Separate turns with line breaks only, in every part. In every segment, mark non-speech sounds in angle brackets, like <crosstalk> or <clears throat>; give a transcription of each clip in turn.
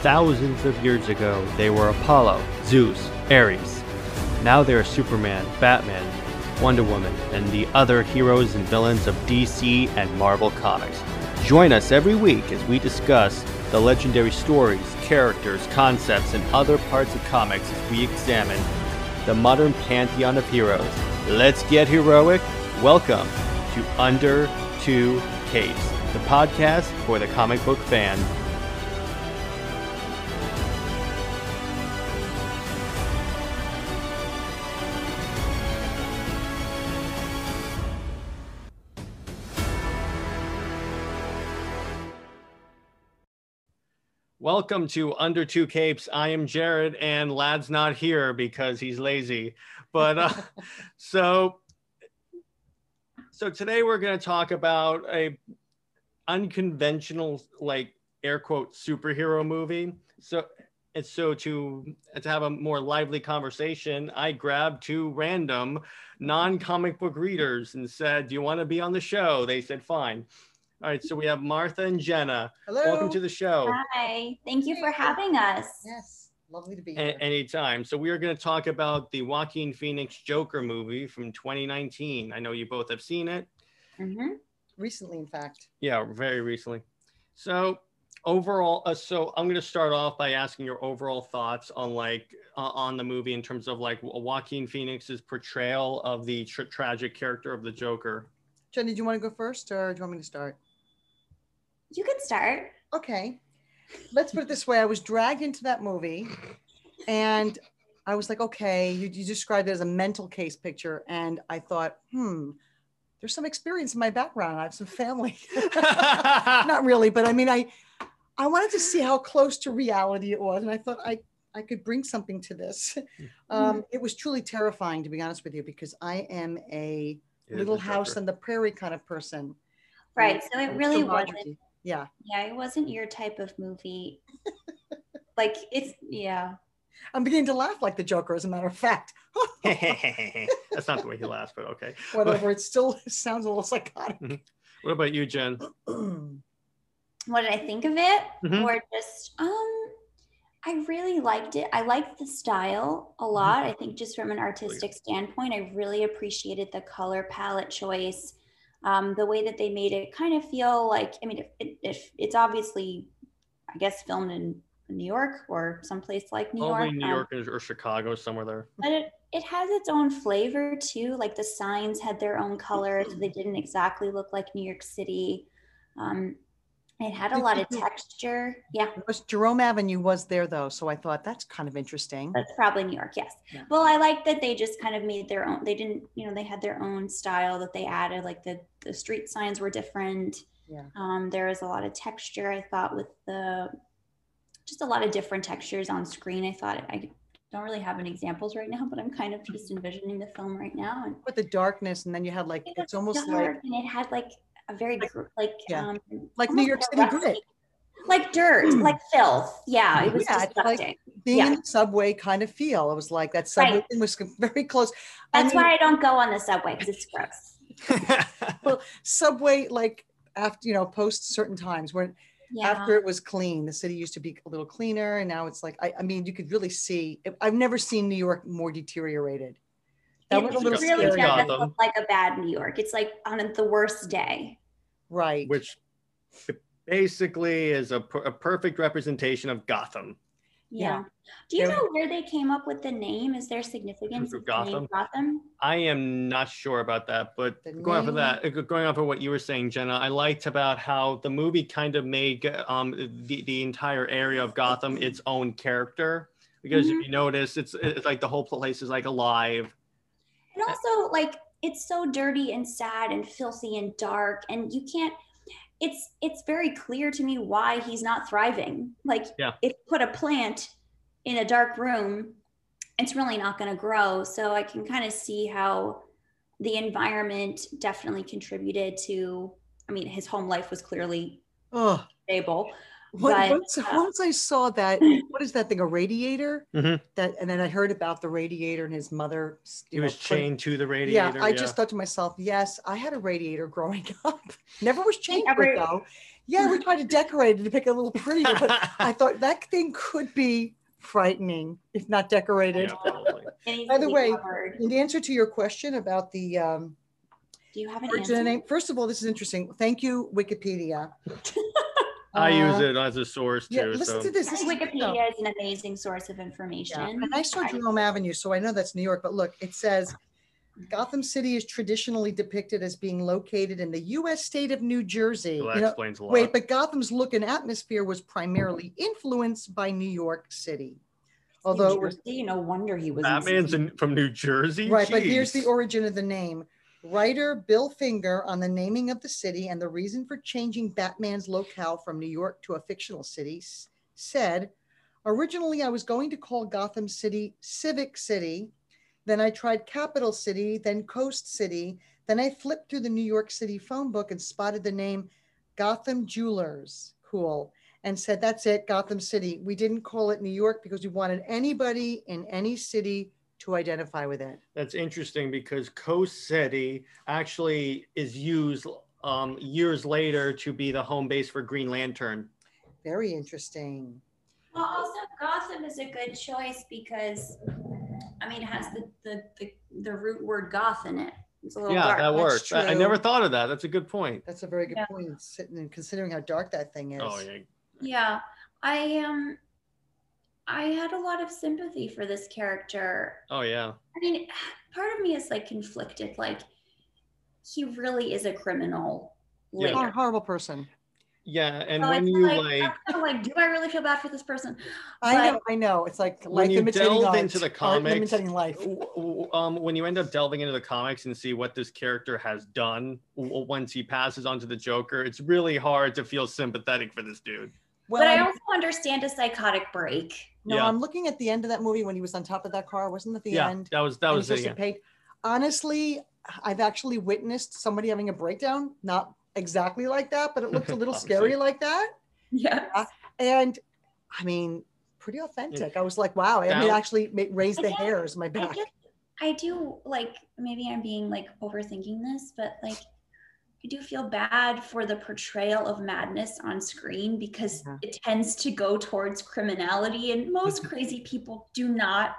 Thousands of years ago, they were Apollo, Zeus, Ares. Now they are Superman, Batman, Wonder Woman, and the other heroes and villains of DC and Marvel Comics. Join us every week as we discuss the legendary stories, characters, concepts, and other parts of comics as we examine the modern pantheon of heroes. Let's get heroic. Welcome to Under Two Capes, the podcast for the comic book fan. Welcome to Under Two Capes. I am Jared, and Lad's not here because he's lazy. But uh, <laughs> so, so today we're going to talk about a unconventional, like air quote, superhero movie. So, and so to to have a more lively conversation, I grabbed two random non-comic book readers and said, "Do you want to be on the show?" They said, "Fine." All right. So we have Martha and Jenna.
Hello.
Welcome to the show.
Hi, thank you for having us.
yes, lovely to be here.
A- anytime. So we are going to talk about the Joaquin Phoenix Joker movie from 2019. I know you both have seen it.
Mhm.
Recently, in fact.
Yeah, very recently. So overall, uh, so I'm going to start off by asking your overall thoughts on like uh, on the movie in terms of like Wa- Joaquin Phoenix's portrayal of the tr tragic character of the <laughs>
<laughs>
Joker.
Jen, did you want to go first or do you want me to start?
You can start.
Okay. Let's put it this way. I was dragged into that movie and I was like, okay, you, you described it as a mental case picture. And I thought, hmm, there's some experience in my background. I have some family. <laughs> Not really, but I mean, I, I wanted to see how close to reality it was. And I thought I, I could bring something to this.
Hmm.
Um, it was truly terrifying, to be honest with you, because I am a little house on the prairie kind of person.
Right. So it really wasn't.
Camaraderie. Yeah.
Yeah, it wasn't your type of movie. like it's yeah.
I'm beginning to laugh like the Joker, as a matter of fact.
<laughs> That's not the way he laughs, but okay.
Whatever, it still <laughs> sounds a little psychotic. <clears throat>
What about you, Jen?
What did I think of it?
Mhm.
Or just um, I really liked it. I liked the style a lot. I think just from an artistic standpoint, I really appreciated the color palette choice. Um, the way that they made it kind of feel like I mean, if, it if it's obviously, I guess filmed in New York or someplace like New
Only
York.
New
um,
York or or Chicago, somewhere there.
but it, it has its own flavor too like the signs had their own color so they didn't exactly look like new york city um, it had a
Did
lot
you
of
do-
texture yeah
It was Jerome Avenue was there though, so I thought that's kind of interesting.
that's probably new york yes
Yeah.
well i like that they just kind of made their own they didn't you know they had their own style that they added like the the street signs were different
Yeah.
um, there was a lot of texture i thought with the just a lot of different textures on screen i thought i don't really have any examples right now but i'm kind of just envisioning the film right now and
With the darkness, and then you had like
It
it's
was
almost
dark,
like
and it had like a very gr- like
Yeah.
um
like New
almost
York
a
City
rusty-
grit.
like dirt, like filth. Yeah, it was
Yeah, it's like-
disgusting.
Being in
yeah.
the subway kind of feel. It was like that subway
Right.
thing was <laughs> very close. I
That's
mean,
why I don't go on the subway because it's gross. <laughs>
subway like after you know post certain times when
Yeah,
after it was clean the city used to be a little cleaner and now it's like i, I mean you could really see i've never seen new york more deteriorated that
it
was a little
really
scary
does
Gotham.
look like a bad New York. It's like on the worst day.
right
which basically is a, per- a perfect representation of Gotham.
Yeah.
Yeah.
Do you
There-
know where they came up with the name? Is there significance
Of
to the name
Gotham?
Gotham?
I am not sure about that, but
The
going off of
name-
that, uh, going off of what you were saying, Jenna, I liked about how the movie kind of made um, the the entire area of Gotham its own character. Because
Mm-hmm.
if you notice, it's it's like the whole place is like alive.
And
Uh,
also, like, it's so dirty and sad and filthy and dark, and you can't. It's it's very clear to me why he's not thriving. Like,
Yeah.
if you put a plant in a dark room, it's really not going to grow. So I can kind of see how the environment definitely contributed to. I mean, his home life was clearly
oh
stable. But,
once,
uh,
once i saw
<laughs>
that what is that thing a radiator
Mhm.
that and then i heard about the radiator and his mother s-
He
you
was
know, put-
chained to the
yeah,
radiator.
<laughs> I just thought to myself, yes, I had a radiator growing up. Never was chained
Every-
with though. Yeah, we tried to decorate it to pick a little prettier, but
<laughs>
I thought that thing could be frightening if not decorated.
Yeah,
<laughs>
probably.
It needs
By
to
the
be
way-
covered.
In answer to your question about the um,
do you have an
origin of
answer?
name, first of all, this is interesting. Thank you, Wikipedia.
<laughs> I use
Uh,
it as a source too.
Yeah, listen
so
to this.
I
This
think
is
Wikipedia is an amazing source of
Yeah.
information.
And I saw
I-
Jerome Avenue, so I know that's New York, but look, it says Gotham City is traditionally depicted as being located in the US state of New Jersey.
well, that
You know,
explains a lot.
wait, but Gotham's look and atmosphere was primarily influenced by New York City. Although it was
New Jersey, no wonder he was. in
Batman's
Sydney.
in, from New Jersey.
Right, but here's the
Jeez.
origin of the name. Writer Bill Finger on the naming of the city and the reason for changing Batman's locale from New York to a fictional city s- said, Originally, I was going to call Gotham City Civic City. Then I tried Capital City, then Coast City. Then I flipped through the New York City phone book and spotted the name Gotham Jewelers. Cool. And said, That's it, Gotham City. We didn't call it New York because we wanted anybody in any city to identify with it.
That's interesting because Coast City actually is used um, years later to be the home base for Green Lantern.
Very interesting.
Well, also Gotham is a good choice because, I mean, it has the the the, the root word goth in it. It's a little
yeah,
dark.
that
that's
works. I, I
true.
never thought of that. That's a good point.
That's a very good
Yeah.
point, sitting and considering how dark that thing is.
Oh yeah.
Yeah, I um, I had a lot of sympathy for this character.
Oh yeah.
I mean, part of me is like conflicted. Like, he really is a criminal.
Yeah.
Hor-
Later.
horrible person.
Yeah, and
So I
when
feel
you
like, uh,
like
I'm like, do I really feel bad for this person?
I
But-
know, I know. It's like
When
life
you
imitating
delve
art,
into the
art
comics-
imitating life.
w- w- um, when you end up delving into the comics and see what this character has done w- once he passes on to the Joker, it's really hard to feel sympathetic for this dude.
Well,
but I
I'm-
also understand a psychotic break. <laughs>
no,
yeah.
I'm looking at the end of that movie when he was on top of that car. Wasn't that the
yeah,
end?
that was that
And
was
he's
it.
just
yeah.
a pain. Honestly, I've actually witnessed somebody having a breakdown, not exactly like that, but
<laughs>
it looked a little
Obviously.
scary like that.
Yeah.
And I mean, pretty authentic. I was like, wow. I mean,
Now-
actually ma- raised the
Again,
hairs in my
I
back.
just, I do like maybe I'm being like overthinking this, but like I do feel bad for the portrayal of madness on screen because
Yeah. Mm-hmm.
it tends to go towards criminality, and most crazy people do not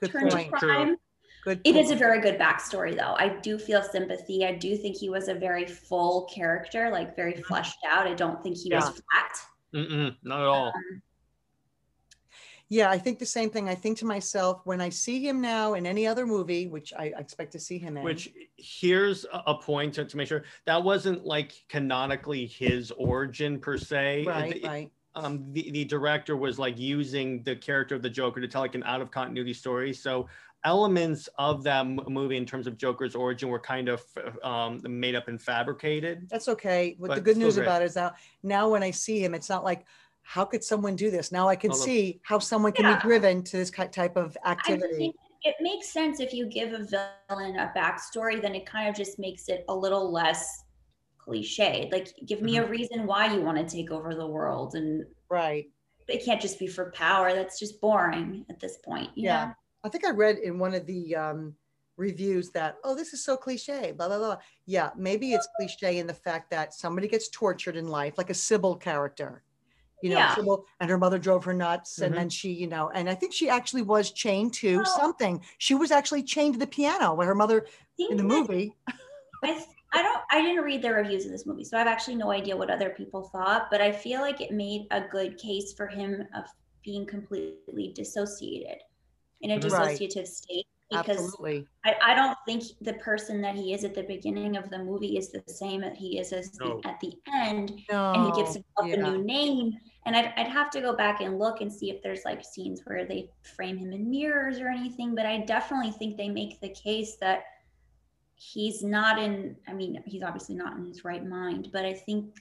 Good
turn
point.
True.
to crime.
Good.
It
point.
is a very good backstory, though. I do feel sympathy. I do think he was a very full character, like very fleshed out. I don't think he was
Mm-hmm. Yeah.
flat.
Mm-mm, not at all.
Yeah, I think the same thing. I think to myself when I see him now in any other movie, which I I expect to see him in.
Which here's a- a point to, to make sure that wasn't like canonically his origin per se.
right,
It-
right.
um, the, the director was like using the character of the Joker to tell like an out of continuity story. So elements of that m- movie in terms of Joker's origin were kind of um, made up and fabricated.
That's okay. What the
But
good
still
news
great.
about it is now now when I see him, it's not like how could someone do this? Now I can
Although-
see how someone can
Yeah.
be driven to this ki- type of
I just
activity.
think it makes sense if you give a villain a backstory, then it kind of just makes it a little less cliche. Like, give me
Mm-hmm.
a reason why you want to take over the world, and
Right.
it can't just be for power. That's just boring at this point. you
Yeah.
know?
I think I read in one of the um, reviews that, oh, this is so cliche, blah, blah, blah. Yeah, maybe it's cliche in the fact that somebody gets tortured in life, like a Sybil character. You know,
Yeah. Mm-hmm.
Sybil and her mother drove her nuts, and then she, you know, and I think she actually was chained to
Well-
something. She was actually chained to the piano when her mother
Think
in the
that-
movie.
I, th- I don't. I didn't read the reviews of this movie, so I have actually no idea what other people thought. But I feel like it made a good case for him of being completely dissociated in a
Mm-hmm. Right.
dissociative state because.
Absolutely.
I, I don't think the person that he is at the beginning of the movie is the same that he is as
No.
the, at the end,
No.
and he gives himself
Oh, yeah.
a new name. And I'd, I'd have to go back and look and see if there's like scenes where they frame him in mirrors or anything. But I definitely think they make the case that he's not in. I mean, he's obviously not in his right mind, but I think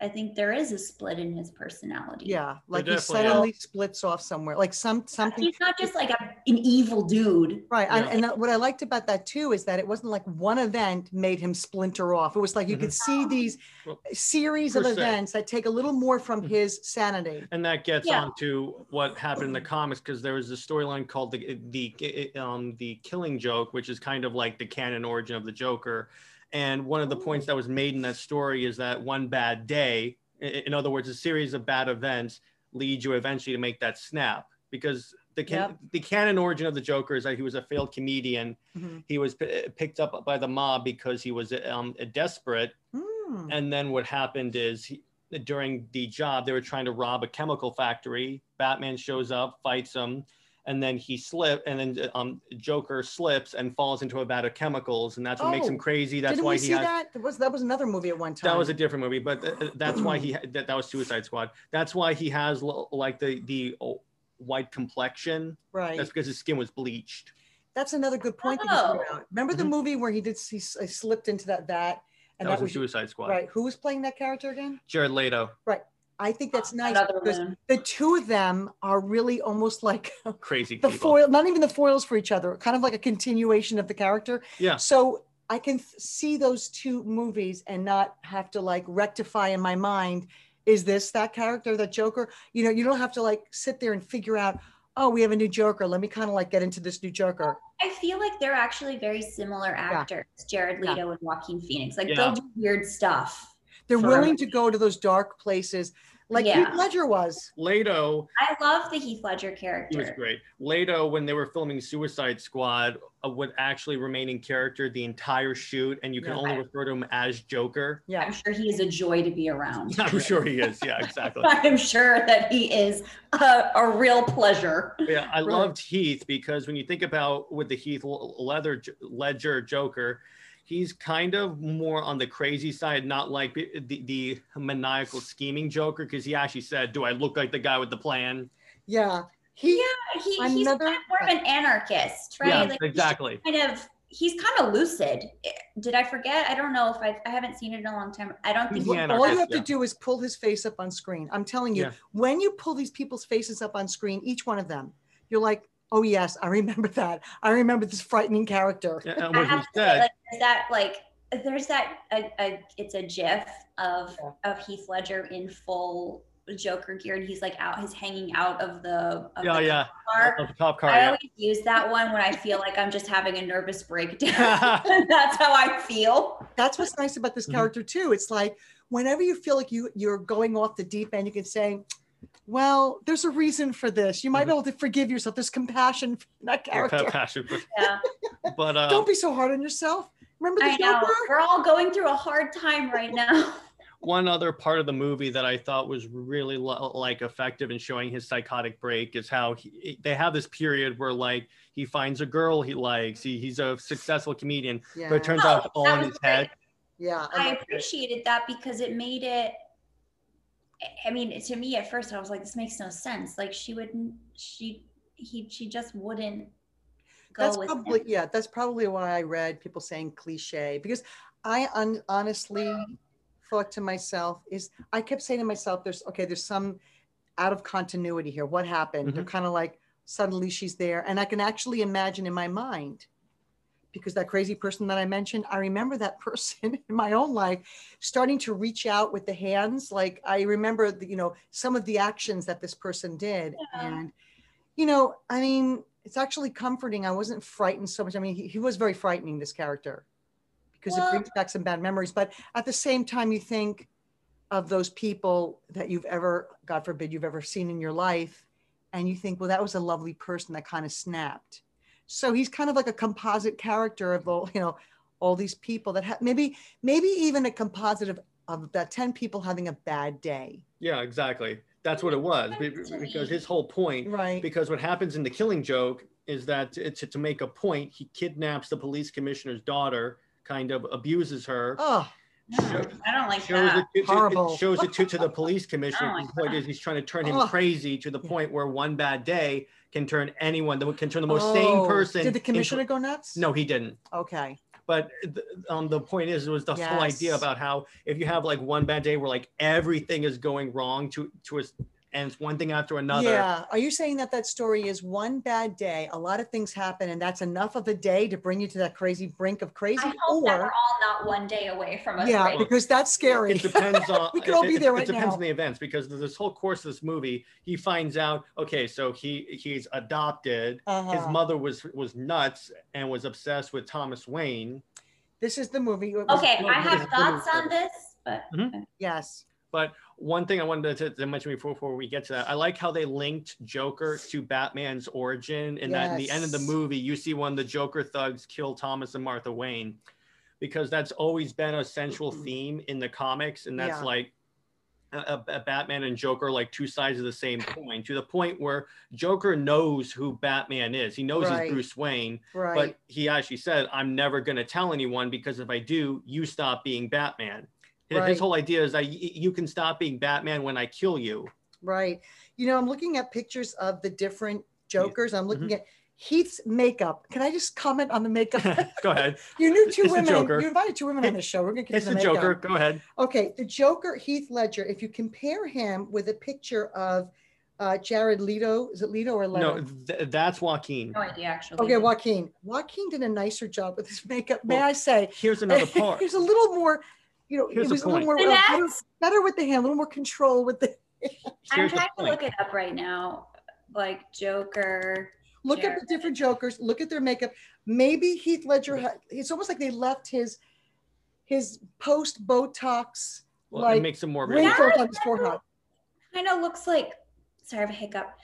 I think there is a split in his personality.
Yeah, like he
definitely
is.
suddenly splits off somewhere, like some something
he's not just like a, an evil dude.
Right. And,
Yeah.
and that- what I liked about that too is that it wasn't like one event made him splinter off. It was like you could see these
Mm-hmm. Well,
series of
per se.
events that take a little more from
Mhm.
his sanity.
And that gets
Yeah.
on to what happened in the comics because there was a storyline called the the um, the Killing Joke, which is kind of like the canon origin of the Joker. And one of the points that was made in that story is that one bad day, I- in other words, a series of bad events lead you eventually to make that snap because the can- the canon origin of the Joker is that he was a failed comedian.
Mhm.
He was p- picked up by the mob because he was um, desperate
Hmm.
and then what happened is he, during the job, they were trying to rob a chemical factory. Batman shows up, fights him, and then he slip, and then um, Joker slips and falls into a vat of chemicals, and that's what makes him
Oh,
crazy. That's
Didn't
why
we
he
see
has.
that? That was that was another movie at one time.
That was a different movie, but th- th- that's why he had, that, that was Suicide Squad. That's why he has l- like the the oh, white complexion.
right.
That's because his skin was bleached.
That's another good point. That you threw
Oh.
out. Remember the
Mhm.
movie where he did he s- he slipped into that vat,
That,
and that,
was, in
was,
Suicide Squad.
right. Who was playing that character again?
Jared Leto,
I think that's nice
Another
because
one.
the two of them are really almost like
crazy
the
people.
foil, not even the foils for each other, kind of like a continuation of the character.
Yeah.
So I can th- see those two movies and not have to like rectify in my mind, is this that character, that Joker? You know, you don't have to like sit there and figure out, oh, we have a new Joker. Let me kind of like get into this new Joker.
I feel like they're actually very similar actors, Jared
Yeah.
Leto and Joaquin Phoenix. Like
Yeah.
they'll do weird stuff.
They're
Sure.
willing to go to those dark places like
Yeah.
Heath Ledger was.
Leto
I love the Heath Ledger
He was
character.
great. Leto, when they were filming Suicide Squad, uh, would actually remain in character the entire shoot, and you can
Yeah.
only refer to him as
<laughs>
Joker.
Yeah.
I'm sure he is a joy to be around.
I'm sure he is. Yeah, exactly.
<laughs> I'm sure that he is a, a real pleasure.
Yeah, I
Right.
loved Heath because when you think about with the Heath L- Leather J- Ledger Joker, he's kind of more on the crazy side, not like the, the, the maniacal scheming Joker, because he actually said, "Do I look like the guy with the plan?"
Yeah. He,
Yeah, he, he's
Another-
kind of more of an anarchist, right?
Yeah,
Like, he's <laughs>
exactly.
Kind of. He's kind of lucid. Eh, Did I forget? I don't know if I've, I haven't seen it in a long time. I don't think
He's
he-
the
all you have to
yeah.
do is pull his face up on screen. I'm telling you,
Yeah.
when you pull these people's faces up on screen, each one of them, you're like, oh, yes, I remember that. I remember this frightening character.
Yeah, And
I
what he
have to say,
said,
like, there's that like there's that a, a, it's a gif of of Heath Ledger in full Joker gear and he's like out he's hanging out of the of
yeah,
the
yeah,
car.
of the cop car.
I
yeah.
always use that one when I feel like I'm just having a nervous breakdown.
<laughs>
<laughs> That's how I feel.
That's what's nice about this
Mhm.
character, too. It's like whenever you feel like you, you're going off the deep end, you can say, well, there's a reason for this. You might be able
Mm-hmm.
to forgive yourself. There's compassion for that
Or
character.
passion, but-
<laughs> Yeah,
but uh,
Don't be so hard on yourself. Remember the
I know.
Joker?
We're all going through a hard time right now.
one other part of the movie that I thought was really lo- like effective in showing his psychotic break is how he, they have this period where like he finds a girl he likes. He, he's a successful comedian,
Yeah.
but it turns
Oh,
out it's all
that
in
was
his head.
yeah.
I
like it.
appreciated that because it made it. I mean, to me at first, I was like, "This makes no sense." Like she wouldn't. She he she just wouldn't go
that's
with
probably
him.
yeah that's probably why i read people saying cliche because i un- honestly thought to myself is i kept saying to myself there's okay there's some out of continuity here what happened
Mm-hmm.
they're kind of like suddenly she's there and i can actually imagine in my mind because that crazy person that i mentioned i remember that <laughs> person in my own life starting to reach out with the hands like i remember the, you know some of the actions that this person did
Yeah.
and you know i mean it's actually comforting i wasn't frightened so much i mean he, he was very frightening this character because
Well-
it brings back some bad memories but at the same time you think of those people that you've ever god forbid you've ever seen in your life and you think well that was a lovely person that kind of snapped so he's kind of like a composite character of all you know all these people that have maybe maybe even a composite of, of that 10 people having a bad day
Yeah, exactly. That's what it was be-
To me.
because his whole point.
right
Because what happens in the Killing Joke is that to, to to make a point, he kidnaps the police commissioner's daughter, kind of abuses her.
oh
No, I don't like
shows
that.
it, to,
Horrible.
it shows it to, to
<laughs>
the police commissioner.
Oh my
His point is he's trying to turn him
Ugh.
crazy to the point where one bad day can turn anyone, that can turn the most
Oh,
sane person.
did the
into-
commissioner go nuts
no, he didn't.
okay
But th- um, the point is, it was the whole idea
Yes.
about how if you have like one bad day where like everything is going wrong to to us, and it's one thing after another.
Yeah. Are you saying that that story is one bad day, a lot of things happen, and that's enough of a day to bring you to that crazy brink of crazy?
I hope that
Or,
we're all not one day away from us.
yeah,
right?
because that's scary.
It depends on.
We could all
it-
be
it-
there
it
right
depends
now.
on the events because this whole course of this movie, he finds out. Okay, so he he's adopted. His
<laughs> Uh-huh.
mother was was nuts and was obsessed with Thomas Wayne.
This is the movie. It was-
Okay, I
It's
have
the
thoughts
movie.
on this, but
Yes.
But one thing I wanted to, to mention before, before we get to that, I like how they linked Joker to Batman's origin, and that in the end of the
Yes.
movie, you see one of the Joker thugs kill Thomas and Martha Wayne, because that's always been a central theme in the comics, and that's
Yeah.
like a, a- a Batman and Joker are like two sides of the same coin. To the point where Joker knows who Batman is, he knows
Right.
he's Bruce Wayne,
Right.
but he actually said, I'm never going to tell anyone because if I do, you stop being Batman. His, his
Right.
whole idea is that y- you can stop being Batman when I kill you. <laughs>
Right. You know, I'm looking at pictures of the different Jokers. I'm
Mm-hmm.
looking at Heath's makeup. Can I just comment on the makeup?
<laughs>
<laughs>
Go ahead.
you knew
It's
two
the
women.
Joker.
You invited two women on the show. We're gonna
It's
give
the
them makeup.
Joker. Go ahead.
Okay, the Joker, Heath Ledger. If you compare him with a picture of uh, Jared Leto, is it Leto or Leto?
No, th- that's Joaquin.
No idea, actually.
Okay, Joaquin. Joaquin did a nicer job with his makeup. May
Well,
I say?
Here's
<laughs>
another part.
He's a little more. You know,
Here's
it
the
was a little
point.
more uh,
Finesse?
better, better with the hand, a little more control with the.
I'm
Here's the
trying to
point.
look it up right now. Like Joker.
Look at
Jared.
the different Jokers. Look at their makeup. Maybe Heath Ledger. ha- It's almost like they left his his post Botox
Well, it
like,
makes him more realistic.
wrinkles on his forehead.
Kind of looks like, sorry, I have a hiccup.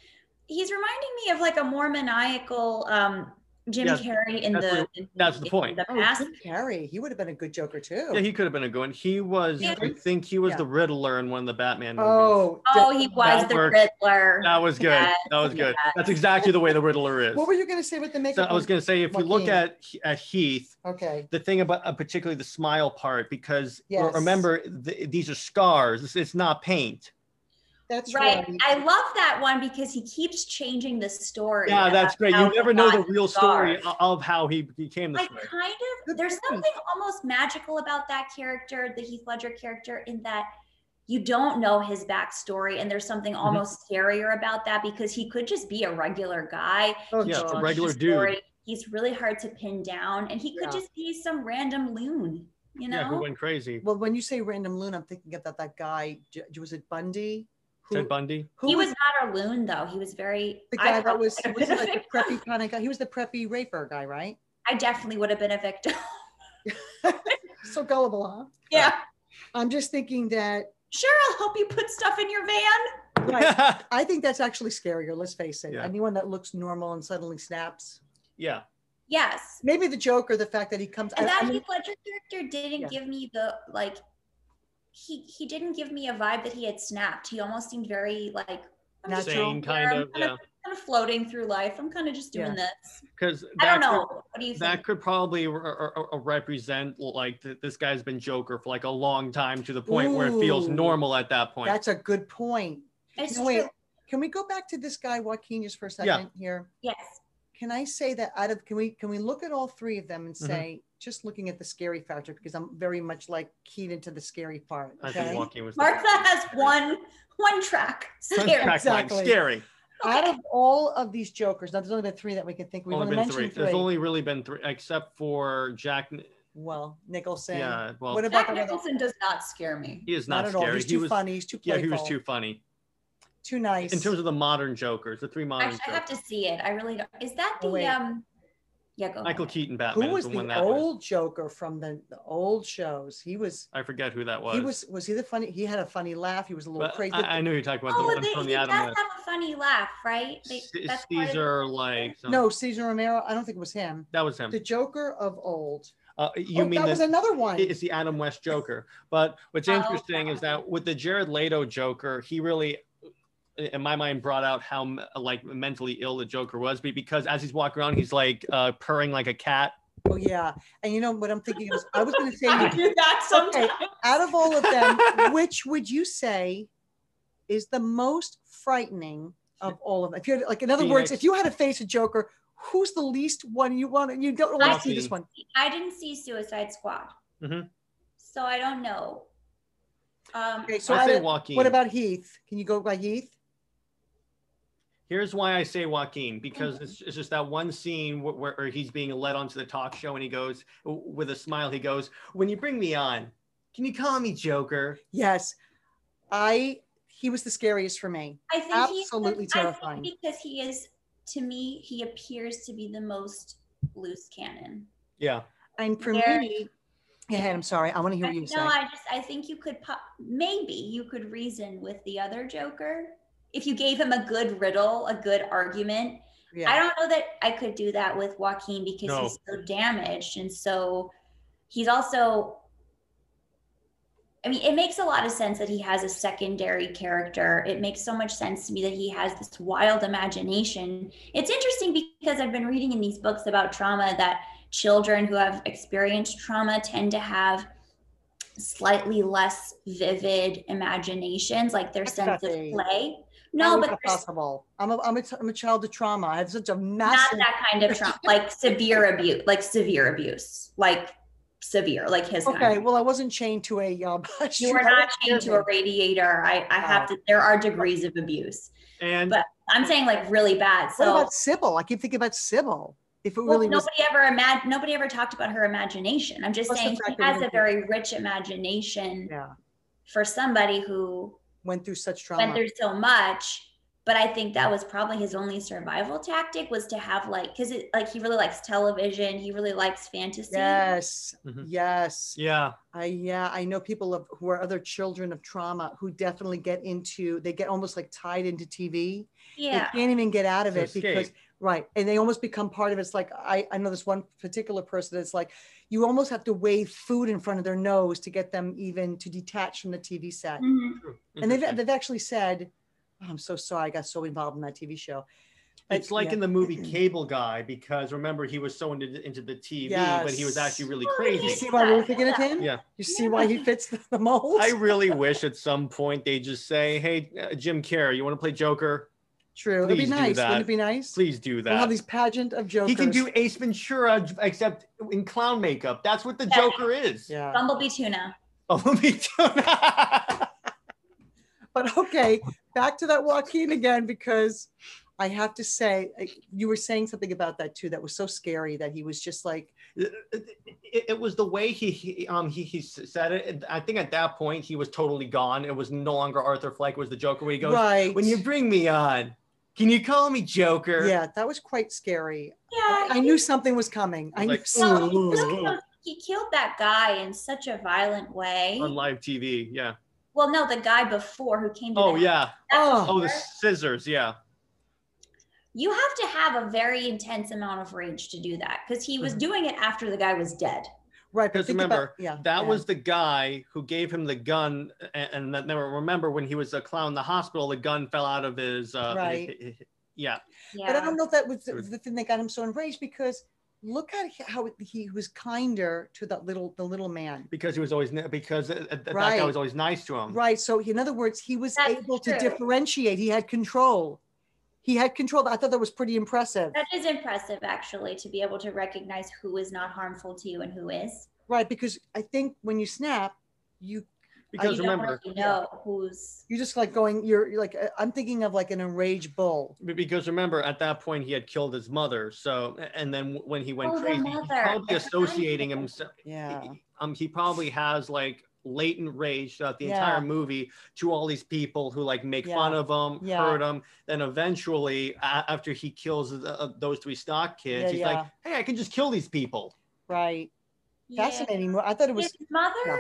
He's reminding me of like a more maniacal um, Jim
Yes,
Carrey in
that's
the.
that's the
in
point.
The
Oh,
past.
Jim Carrey. He would have been a good Joker too.
Yeah, he could have been a good one. He was,
Yeah.
I think he was
Yeah.
the Riddler in one of the Batman movies.
oh,
oh, he was
That
the
works.
Riddler.
that was good.
Yes,
that was good.
yes.
That's exactly the way the Riddler is.
what were you going to say with the
so
makeup?
I was going to say, if you look
Joaquin?
at at Heath,
okay.
the thing about uh, particularly the smile part because re-
Yes.
remember th- these are scars it's, it's not paint
That's
Right.
right.
I love that one because he keeps changing the story.
yeah that's
about
great
how
you
he
never know
got
the real
scars.
story o- of how he became
I
this way
kind of
Good
there's
point.
something almost magical about that character, the Heath Ledger character, in that you don't know his backstory, and there's something
Mm-hmm.
almost scarier about that because he could just be a regular guy.
Oh,
Yeah, it's a
God.
regular
His
dude.
story- He's really hard to pin down, and he could
Yeah.
just be some random loon, you know?
yeah who went crazy
Well, when you say random loon, I'm thinking about that guy. J- Was it Bundy? Who,
ted bundy
who
he was not our loon though. He was very
the guy
I
that
<laughs>
was,
I
was
would've
like
been-
the preppy kind of guy. He was the preppy raper guy, right?
I definitely would have been a victim. <laughs>
So gullible, huh?
yeah.
I'm just thinking that
Sure, I'll help you put stuff in your van.
<laughs> right, I think that's actually scarier. Let's face it.
Yeah.
Anyone that looks normal and suddenly snaps.
yeah
Yes.
Maybe the Joker, the fact that he comes.
And
I- I
that
mean,
Heath Ledger character didn't
Yeah.
give me the like he he didn't give me a vibe that he had snapped. He almost seemed very like I'm just
Natural.
Sane,
here,
kind
I'm
of,
kinda-
yeah.
kinda floating through life. I'm kind of just doing this.
because
I don't know. what do you
that
think?
could probably re- re- re- represent like th- this guy's been joker for like a long time to the point where it feels
Ooh.
normal at that point
that's a good point.
It's
No, wait,
true.
can we go back to this guy Joaquin just for a second
Yeah.
here?
Yes.
Can I say that out of can we can we look at all three of them and
Mhm.
say just looking at the scary factor because I'm very much like keyed into the scary part.
i
okay?
think walking was the-
Martha
<laughs>
has one one track.
Track
Scary.
line,
Exactly.
scary
Out of all of these jokers, now there's only been three that we can think. We've only,
only been
mentioned
three.
three.
there's only really been three except for jack
well, Nicholson.
yeah well
what about
Jack
the other?
Nicholson does not scare me.
he is
Not,
not,
at all.
scary
He's
he
too
was
funny. He's too
yeah
playful.
he was too funny
too nice.
in terms of the modern Jokers, the three modern
Actually, I have
Jokers,
to see it. I really don't. Is that
Oh,
the
wait.
um? Yeah, go.
Michael
ahead.
Keaton Batman
who was
is
the
the one that was.
old Joker from the, the old shows? He was,
I forget who that was.
He was. Was he the funny? He had a funny laugh. He was a little
But
crazy.
I, I know you're talking about the
Oh,
one
they,
from
he
the
does
Adam
have
West.
a funny laugh, right? They,
C-
that's part of-
Caesar, like some-
no, Cesar Romero. I don't think it was him.
that was him.
The Joker of old.
Uh, you
oh,
mean
that was
the, <laughs>
another one?
it's the Adam West Joker? But what's
Oh,
interesting is
God.
that with the Jared Leto Joker, he really, in my mind, brought out how m- like mentally ill the Joker was. be- Because as he's walking around, he's like uh, purring like a cat.
Oh yeah. And you know what I'm thinking is, I was going to say,
<laughs>
I do that sometimes.
out of all of them, which would you say is the most frightening of all of them? If you had, like, in other words,
Phoenix.
if you had to face a Joker, who's the least one you want? And you don't want to see this one.
I didn't see Suicide Squad,
Mhm.
so I don't know. Um,
Okay,
So
so
I
out
say
of-
Joaquin.
what about Heath? Can you go by Heath?
Here's why I say Joaquin because
Mm-hmm.
it's, it's just that one scene where, where, where he's being led onto the talk show and he goes w- with a smile. He goes, "When you bring me on, can you call me Joker?"
Yes, I. He was the scariest for me.
I think
Absolutely
he, I think
terrifying.
because he is, to me, he appears to be the most loose cannon.
Yeah,
And for
Where-
me, Yeah, Hen, I'm sorry. I want to hear what you say.
No, I just I think you could pop, maybe you could reason with the other Joker if you gave him a good riddle, a good argument.
yeah.
I don't know that I could do that with Joaquin because
No.
he's so damaged and so he's also I mean, it makes a lot of sense that he has a secondary character. It makes so much sense to me that he has this wild imagination. It's interesting because I've been reading in these books about trauma that children who have experienced trauma tend to have slightly less vivid imaginations, like their
That's
sense of
nothing.
play.
How
No,
is
but
that
there's
possible. I'm a, I'm, a t- I'm a child of trauma. I have such a
not
massive.
that kind of trauma, like severe abuse, like severe abuse, like severe, like his
okay,
kind.
well, I wasn't chained to a. <laughs> Um,
You were not chained to a radiator. I, I have to, there are degrees of abuse.
And
But- I'm saying like really bad.
What
So
about Sybil? I keep thinking about Sybil. If it
well,
really was,
nobody ever imagined, nobody ever talked about her imagination. I'm just
Plus the
saying
fact
she
that we
has
don't-
a very rich imagination
yeah,
for somebody who
went through such trauma.
went through so much. But I think that was probably his only survival tactic was to have like, because it like he really likes television. He really likes fantasy.
yes,
Mhm.
yes.
yeah,
I yeah, I know people of, who are other children of trauma who definitely get into. They get almost like tied into TV.
Yeah.
They can't even get out of
To
it because
escape.
right, and they almost become part of it. It's like I I know this one particular person that's like you almost have to wave food in front of their nose to get them even to detach from the TV set.
Mm-hmm.
Mhm.
and they've, they've actually said "Oh, i'm so sorry i got so involved in that tv show But
It's like
yeah. Mm-hmm.
in the movie Cable Guy because remember he was so into, into the TV, but he was
Yes.
actually really
Oh,
you
crazy.
see why we're thinking of him
Yeah.
you see why he fits the, the mold
I really wish at some point they just say, "Hey, uh, Jim Carrey, you want to play Joker?
true it'd be
please do
nice wouldn't
that.
it be nice
Please do
we'll have
that."
these pageant of jokers
He can do Ace Ventura j- except in clown makeup. That's what the
Yeah.
Joker is.
yeah
Bumblebee tuna.
<laughs> Oh, me too.
but okay back to that joaquin again because i have to say like, you were saying something about that too that was so scary that he was just like
it, it- it was the way he, he um he, he s- said it. And I think at that point he was totally gone. It was no longer Arthur Fleck. It was the Joker. Where he goes,
right
"When you bring me on, can you call me Joker?"
yeah that was quite scary
Yeah.
i knew something was coming i
Like,
knew
No,
Ooh,
he,
ooh, ooh.
killed, he killed that guy in such a violent way.
on live TV. Yeah.
Well, no, the guy before who came to
Oh
the-
yeah.
Oh.
Oh, the scissors. Yeah.
You have to have a very intense amount of rage to do that because he was
Mm-hmm.
doing it after the guy was dead.
right but
Because
think about,
remember,
yeah
That
yeah.
was the guy who gave him the gun, and, and that, never remember when he was a clown in the hospital, the gun fell out of his. Uh,
Right.
hi- hi- hi- yeah.
Yeah.
But I don't know if that was the,
Sort of-
the thing that got him so enraged because look at h- how he was kinder to that little the little man.
Because he was always ni- because uh, uh, that
Right.
guy was always nice to him.
Right. So he- in other words, he was
That's
able to
true.
differentiate. He had control. He had control. I thought that was pretty impressive.
that is impressive, actually, to be able to recognize who is not harmful to you and who is.
Right. Because I think when you snap, you
Because
you
remember,
don't really know who's.
you just like going. You're, you're like uh, I'm thinking of like an enraged bull.
Be- Because remember, at that point, he had killed his mother. So, and then when he went
Oh, the
crazy, he's
mother.
probably
That's right.
associating himself.
Yeah.
Um, he probably has like latent rage throughout the
Yeah.
entire movie to all these people who like make
Yeah.
fun of him,
Yeah.
hurt him. Then eventually, a- after he kills th- uh, those three stock kids,
Yeah,
he's
yeah.
like, "Hey, I can just kill these people."
Right.
Yeah.
Fascinating. Well, I thought it was.
His mother.
yeah.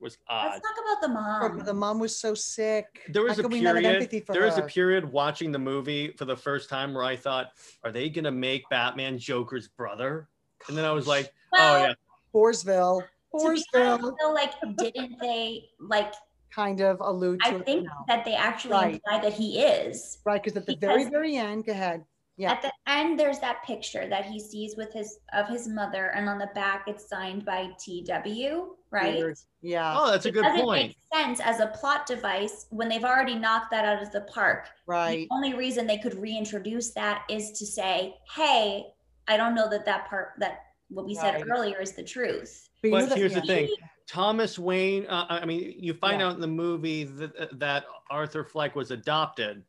Was
Let's
odd.
talk about the mom.
The mom was so sick.
There was
How
a
could we not have empathy
period.
for
There was a
her?
period watching the movie for the first time where I thought, "Are they gonna make Batman Joker's brother?" And then I was like,
Well,
"Oh yeah."
Borsville.
to be honest,
Borsville.
though, like, didn't they like?
Kind of allude to
I
it
think
now.
that they actually
Right.
imply that he is.
Right, because at the very,
Because-
very end, go ahead. Yeah.
At the end, there's that picture that he sees with his of his mother, and on the back it's signed by T.W. Right?
Weird. Yeah,
Oh, that's a good
Doesn't
point.
make sense as a plot device when they've already knocked that out of the park.
right.
The only reason they could reintroduce that is to say, "Hey, I don't know that that part that what we
Right.
said earlier is the truth."
you know
But
that-
here's the
yeah.
thing. Thomas Wayne, uh, I I mean, you find
Yeah.
out in the movie that, uh, that Arthur Fleck was adopted.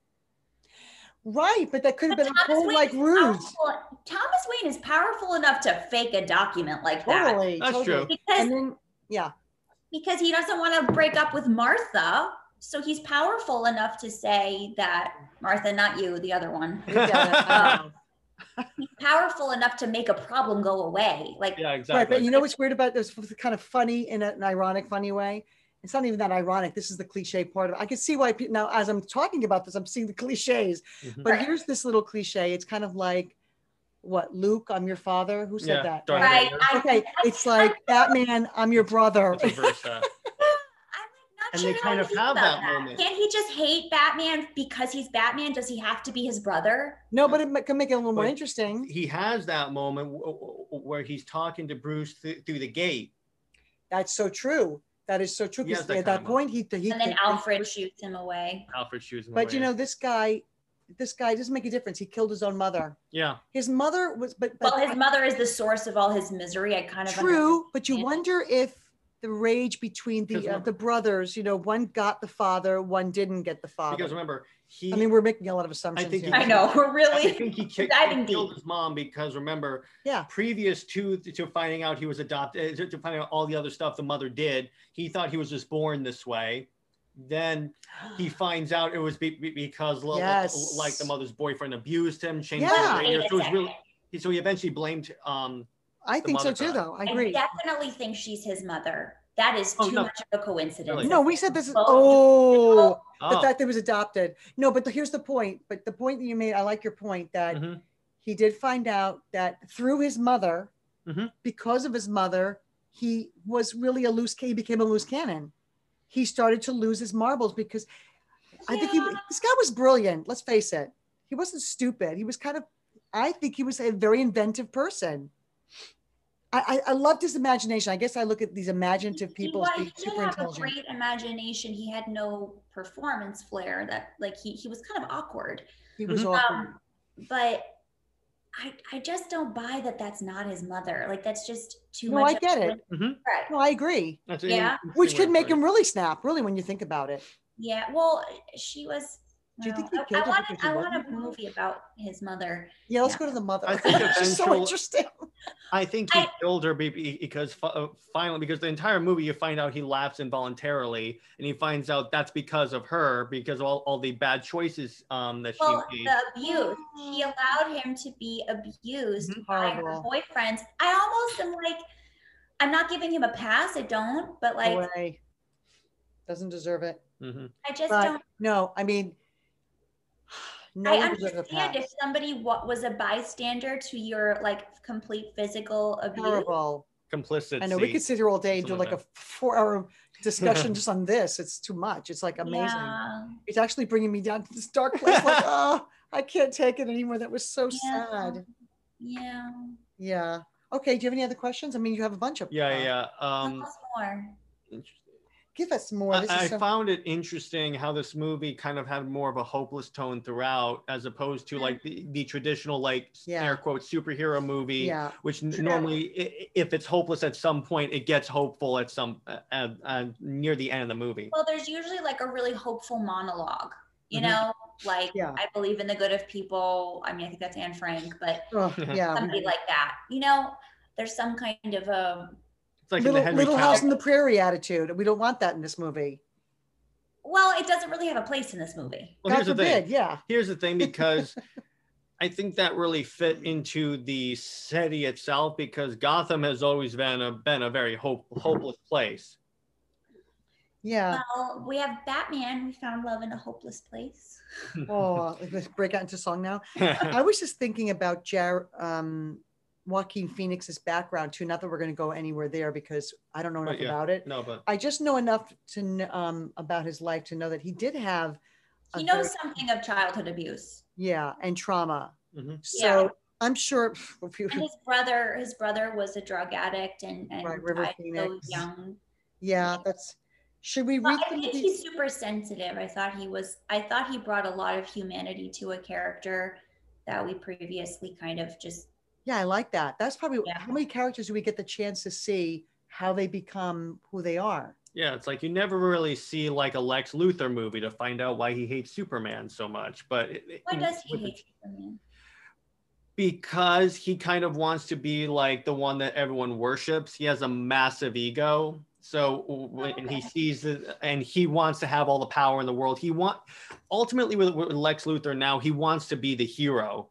Right, but that could have
But
been a
Thomas
whole
Wayne
like
is
ruse.
powerful- Thomas Wayne is powerful enough to fake a document like that
Totally.
That's
totally.
true.
because
And
<laughs>
then, yeah,
because he doesn't want to break up with Martha. So he's
uh,
<laughs>
powerful enough to say that Martha, not you, the other one.
um, I get it. I know.
he's powerful enough to make a problem go away. Like
Yeah, exactly.
Right, but you know what's weird about this? It's kind of funny in an ironic, funny way. It's not even that ironic. This is the cliche part of it. I can see why people now, as I'm talking about this, I'm seeing the cliches.
Mhm.
But
Right.
here's this little cliche. It's kind of like, what, Luke, I'm your father? Who said
Yeah,
that?
Darth
right.
Vader.
I,
Okay, it's like Batman, I'm your brother.
Let's reverse that.
I'm like, not
And
sure
they
how
kind
I
of
feel
have
about
that moment.
Can't he just hate Batman because he's Batman? Does he have to be his brother?
No, but it ma- can make it a little more
Wait.
interesting.
<laughs> He has that moment w- w- w- where he's talking to Bruce th- through the gate.
That's so true. That is so true.
Yes,
Because
that
at
kind
that
of
point, he, he
And then
he-
Alfred shoots him away.
Alfred shoots him
But you
away.
know, this guy, this guy it doesn't make a difference. He killed his own mother.
yeah,
His mother was, but, but
Well, his mother is the source of all his misery. I kind of
True, but you
understand.
wonder if the rage between the
Because
uh,
remem-
the brothers, you know, one got the father, one didn't get the
because
father.
remember he.
um, I mean, we're making a lot of assumptions.
think
here.
I know. <laughs> We're
I
really.
think he kicked,
diving
he killed
deep.
his mom because remember,
Yeah.
previous to to finding out he was adopted, to, to finding out all the other stuff the mother did, he thought he was just born this way. Then
<sighs>
he finds out it was be, be- because lo-
Yes.
like the mother's boyfriend abused him, changed
Yeah.
his behavior.
Wait a
So it was
second.
really he- so he eventually blamed um
I
the
think so
mother
too,
died.
though. I
I,
agree.
definitely think she's his mother. That is
Oh,
too
no.
much of a coincidence.
Really?
No, we said this is
Oh.
oh, the
oh,
fact that it was adopted. No, but the- here's the point. But the point that you made, I like your point that
mhm.
he did find out that through his mother,
Mhm.
because of his mother, he was really a loose. ca- He became a loose cannon. He started to lose his marbles because I think he
Yeah.
this guy was brilliant. Let's face it, he wasn't stupid. He was kind of, I think he was a very inventive person. I I, I loved his imagination. I guess I look at these imaginative
He- he
people
wa-
as being
he did
super
have a
intelligent.
great imagination. He had no performance flair. That like he he was kind of awkward.
He was
Mhm.
awkward.
Um, but I I just don't buy that. That's not his mother. Like that's just too
No,
much.
I
of a
get it. Mm-hmm.
coincidence. Right.
no, I agree.
That's
yeah.
an
Which
interesting
could
way
make
to put
him really snap. Really, when you think about it.
Yeah. Well, she was.
Do you
well,
think they
I-
killed
I
her
want
because she
I
wasn't
want a
his mother?
movie about his mother.
Yeah, let's
Yeah.
go to the mother.
I think
<laughs> She's so
eventual-
<laughs>
interesting.
it. I think he
I-
killed her be- be- because fi- uh, finally, because the entire movie you find out he laughs involuntarily, and he finds out that's because of her, because of all, all the bad choices um that
Well,
she made.
the abuse. She allowed him to be abused
Mhm.
by
Oh.
her
Mm-hmm. Horrible.
boyfriends. I almost am like, I'm not giving him a pass. I don't, but like,
Away. Doesn't deserve it.
Mhm.
I just
But
don't.
no, I mean, <sighs> no
I
one deserves a
understand if
pass.
somebody what was a bystander to your like complete physical abuse.
Horrible.
complicit.
I know we could sit here all day and do
Something
like
like
a four-hour
<laughs>
discussion just on this. It's too much. It's like amazing.
Yeah.
It's actually bringing me down to this dark
<laughs>
place. Like, oh, I can't take it anymore. That was so
Yeah.
sad.
Yeah.
Yeah. Okay. Do you have any other questions? I mean, you have a bunch of.
Yeah,
uh,
yeah. Um,
Lots more.
Give us more. This
I, I
is so-
found it interesting how this movie kind of had more of a hopeless tone throughout, as opposed to like the, the traditional like
Yeah.
air quote superhero movie,
<laughs> yeah.
which n- normally i- i- if it's hopeless at some point, it gets hopeful at some uh, uh, uh, near the end of the movie.
Well, there's usually like a really hopeful monologue, you
Mhm.
know, like
Mm-hmm. Yeah.
I believe in the good of people. I mean, I think that's Anne Frank, but
<laughs>
Ugh, yeah.
somebody like that, you know, there's some kind of um, a
It's like in
little,
the Henry
little
Cavill-
house on the prairie attitude. We don't want that in this movie.
well, it doesn't really have a place in this movie.
Well,
God
here's the thing.
forbid. Yeah.
Here's the
<laughs>
thing because I think that really fit into the city itself because Gotham has always been a been a very hope, hopeless place.
<laughs>
Yeah.
Well, we have Batman. We found love in a hopeless place.
Oh, let's break out into song now. I was just thinking about Jar, um, Joaquin Phoenix's background too. Not that we're going to go anywhere there because I don't know
But
enough
yeah.
about
<laughs>
it.
no, but
I just know enough to kn- um, about his life to know that he did have, a
He
very-
knows something of childhood abuse.
yeah, and trauma.
Mhm.
So
Yeah.
I'm sure. <laughs> if you-
And his brother, his brother was a drug addict and, and
Right, River
died so
Phoenix.
young.
yeah, that's. Should we
Well,
read?
I
the
think
movie?
he's super sensitive. I thought he was. I thought he brought a lot of humanity to a character that we previously kind of just.
Yeah, I like that. That's probably
Yeah.
how many characters do we get the chance to see how they become who they are?
yeah, it's like you never really see like a Lex Luthor movie to find out why he hates Superman so much, but it- it-
Mm-hmm.
Why does he
with the-
hate Superman?
because he kind of wants to be like the one that everyone worships. He has a massive ego. So when and he
Okay.
sees the, and he wants to have all the power in the world. He want ultimately with, with Lex Luthor now he wants to be the hero.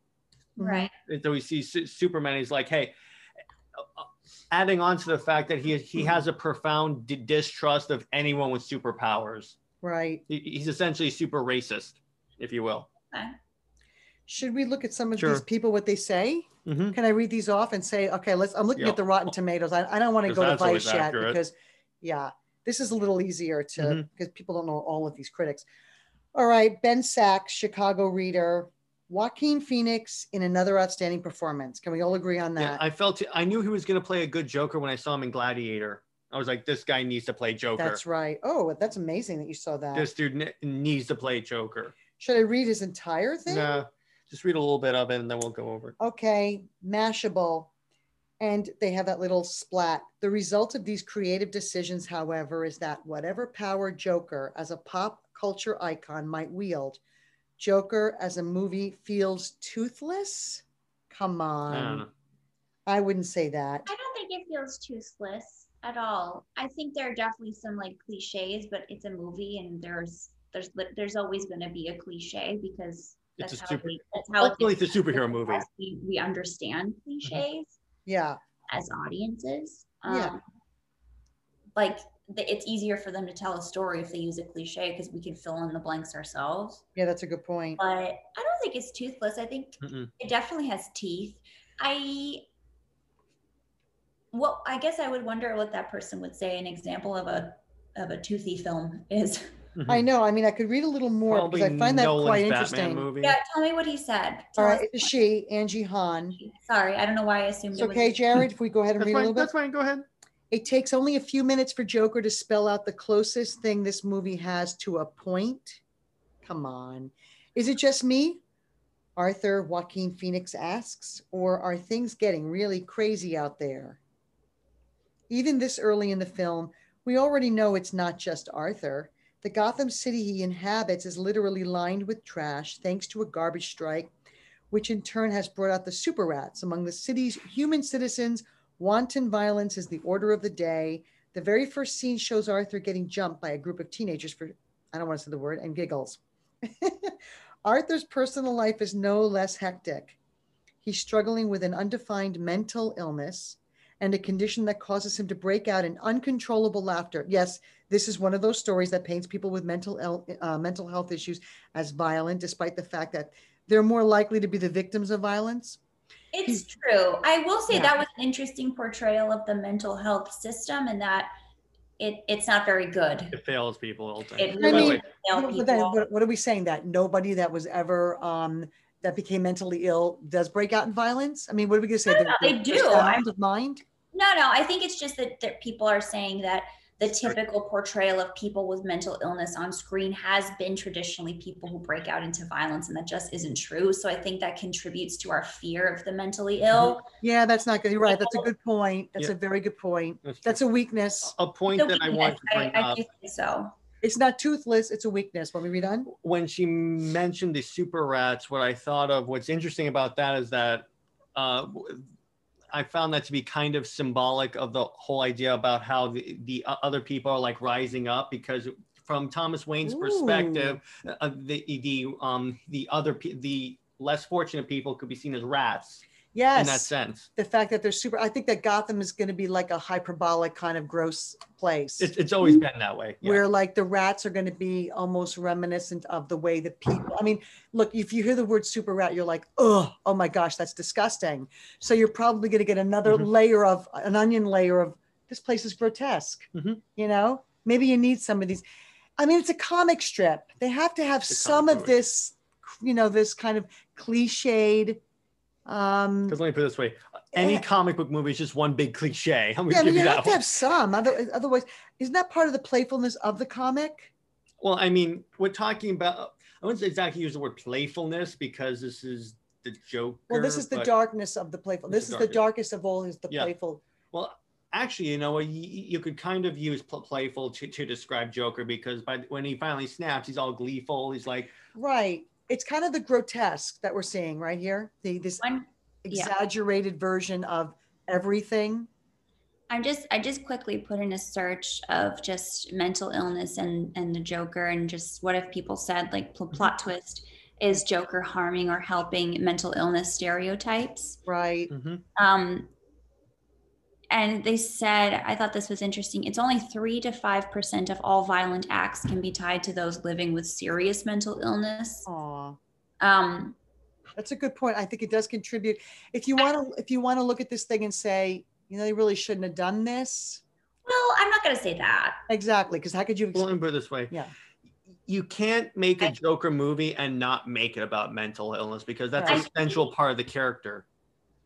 Right.
And so he sees Su- Superman. He's like, hey, uh, adding on to the fact that he he has a profound d- distrust of anyone with superpowers.
Right.
He, he's essentially super racist, if you will.
Should we look at some of
Sure.
these people, what they say?
Mm-hmm.
Can I read these off and say, okay, let's, I'm looking
Yeah.
at the Rotten Tomatoes. I, I don't want to
'Cause
go to
that's always
Vice yet
accurate.
because, yeah, this is a little easier to,
Mhm.
because people don't know all of these critics. All right, Ben Sachs, Chicago Reader, Joaquin Phoenix in another outstanding performance. Can we all agree on
Yeah,
that?
I felt I knew he was going to play a good Joker when I saw him in Gladiator. I was like, this guy needs to play Joker.
That's right. Oh, that's amazing that you saw that.
This dude ne- needs to play Joker.
Should I read his entire thing?
Nah, just read a little bit of it and then we'll go over. it.
okay, mashable. And they have that little splat. The result of these creative decisions, however, is that whatever power Joker as a pop culture icon might wield, Joker as a movie feels toothless. Come
I don't know.
on. Um, I wouldn't say that.
I don't think it feels toothless at all. I think there are definitely some like cliches, but it's a movie, and there's there's there's always going to be a cliche because
It's
that's
a
how
super-
we, that's how
Luckily,
it
it's a superhero movie. Mm-hmm.
is. We, we understand cliches
Yeah.
as audiences. Um,
Yeah.
Like the, it's easier for them to tell a story if they use a cliche because we can fill in the blanks ourselves.
Yeah, that's a good point.
Mm-hmm.
But I don't think it's toothless. I think
Mm-mm.
it definitely has teeth. I well, I guess I would wonder what that person would say. An example of a of a toothy film is.
I know. I mean, I could read a little more
Mm-hmm. Probably
because I find that
Nolan's
quite
Batman
interesting.
Movie.
Yeah, tell me what he said.
All
Tell
right,
us
it's she, Angie Hahn.
what- Sorry, I don't know why I assumed.
It's
it was-
okay, Jared, if we go ahead and
That's
read a little
fine.
bit.
That's fine. Go ahead.
It takes only a few minutes for Joker to spell out the closest thing this movie has to a point. Come on. Is it just me? Arthur Joaquin Phoenix asks, or are things getting really crazy out there? Even this early in the film, we already know it's not just Arthur. The Gotham City he inhabits is literally lined with trash thanks to a garbage strike, which in turn has brought out the super rats among the city's human citizens Wanton violence is the order of the day. The very first scene shows Arthur getting jumped by a group of teenagers for, I don't want to say the word, and giggles. <laughs> Arthur's personal life is no less hectic. He's struggling with an undefined mental illness and a condition that causes him to break out in uncontrollable laughter. Yes, this is one of those stories that paints people with mental ill, uh, mental health issues as violent, despite the fact that they're more likely to be the victims of violence.
It's
Hmm.
true. I will say
Yeah.
that was an interesting portrayal of the mental health system and that it it's not very good.
It fails people. Ultimately.
It
By the
really
way,
failed
But- but then,
people.
what, what are we saying that nobody that was ever um that became mentally ill does break out in violence i mean what are we going to say
No,
They're-
no, they
they're
do.
sound
I'm-
of mind
No, no, I think it's just that, that people are saying that the typical portrayal of people with mental illness on screen has been traditionally people who break out into violence, and that just isn't true. So I think that contributes to our fear of the mentally ill.
yeah that's not good you're right that's a good point that's a very good point
that's,
that's a weakness
a point
So
that I
yes,
want to bring
I, I
up.
do think so.
it's not toothless it's a weakness when we read on
when she mentioned the super rats, what I thought of, what's interesting about that is that uh, I found that to be kind of symbolic of the whole idea about how the, the o- other people are like rising up because from Thomas Wayne's
Ooh.
perspective, uh, the the um, the other pe- the less fortunate people could be seen as rats in that
yes
sense.
the fact that they're super i think that gotham is going to be like a hyperbolic kind of gross place
It's, it's always been that way. Yeah.
where like the rats are going to be almost reminiscent of the way that people i mean look if you hear the word super rat you're like oh oh my gosh that's disgusting so you're probably going to get another
Mhm.
layer of an onion layer of this place is grotesque
Mhm.
you know maybe you need some of these i mean it's a comic strip they have to have
a comic
some of
book.
this you know this kind of cliched um
Because let me put it this way: any
Yeah.
comic book movie is just one big cliche. I'm gonna
Eh. yeah,
give
you
you
have
that
to
one.
have some. Other, otherwise, isn't that part of the playfulness of the comic?
Well, I mean, we're talking about. I wouldn't exactly use the word playfulness because this is the Joker.
Well, this is the
but-
darkness of the playful.
This
This
is
is the darkest of all is the
Yeah.
playful.
Well, actually, you know, you, you could kind of use pl- playful to, to describe Joker because by when he finally snaps, he's all gleeful. He's like,
Right. It's kind of the grotesque that we're seeing right here. The this
One yeah.
exaggerated version of everything.
I'm just I just quickly put in a search of just mental illness and and the Joker and just what if people said like pl- plot twist. is Joker harming or helping mental illness stereotypes?
right?
hmm
Um, and they said, I thought this was interesting. It's only three to five percent of all violent acts can be tied to those living with serious mental illness.
Aw,
Um,
that's a good point. I think it does contribute. If you want to, if you want to look at this thing and say, you know, they really shouldn't have done this.
well, I'm not going to say that.
Exactly, because how could you?
Well, let me put it this way.
Yeah.
You can't make
I-
a Joker movie and not make it about mental illness because that's
Right.
a central part of the character.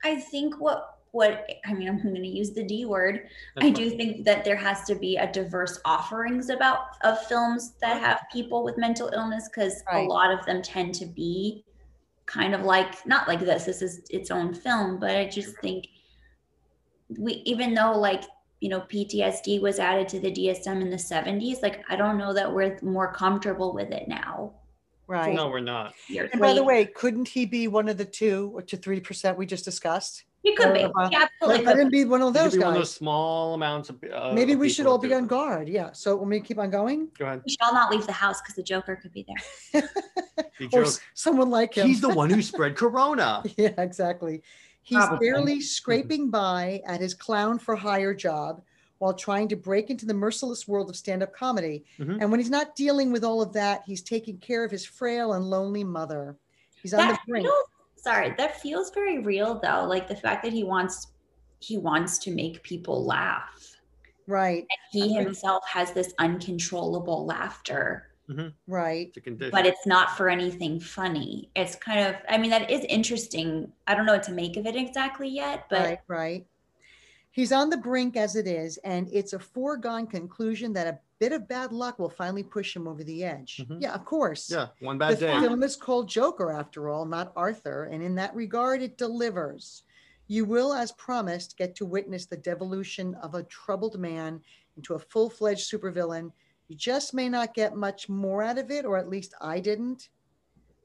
I think what what I mean, I'm going to use the D word.
That's
I
why-
do think that there has to be a diverse offerings about of films that have people with mental illness because
Right.
a lot of them tend to be kind of like not like this. This is its own film, but I just think we even though like you know PTSD was added to the DSM in the 70s, like I don't know that we're more comfortable with it now.
right.
No, we're not.
You're-
And by the way, couldn't he be one of the two or to three percent we just discussed?
you could be.
uh, uh,
You
Let,
absolutely
let
could
him be one of
It could
those
be one of those
guys.
small amounts of. Uh,
Maybe
of
we should
people
all
that
be
do
on
it.
guard. Yeah. So let me to keep on going,
Go ahead.
We shall not leave the house because the Joker could be there.
The
or
Joker.
s- someone like him.
He's the one who spread Corona.
<laughs> yeah, exactly. He's
Probably.
<laughs>
barely scraping by at his clown for hire job while trying to break into the merciless world of stand up comedy.
Mhm.
And when he's not dealing with all of that, he's taking care of his frail and lonely mother. He's on the
that
brink.
feels, sorry that feels very real though like the fact that he wants he wants to make people laugh
Right,
he himself has this uncontrollable laughter
right.
It's a condition.
but it's not for anything funny it's kind of i mean that is interesting i don't know what to make of it exactly yet but
right, right. He's on the brink as it is, and it's a foregone conclusion that a bit of bad luck will finally push him over the edge.
Mhm.
Yeah, of course.
yeah, one
The
bad day.
film is called Joker, after all, not Arthur, and in that regard, it delivers. You will, as promised, get to witness the devolution of a troubled man into a full fledged supervillain. You just may not get much more out of it, or at least I didn't.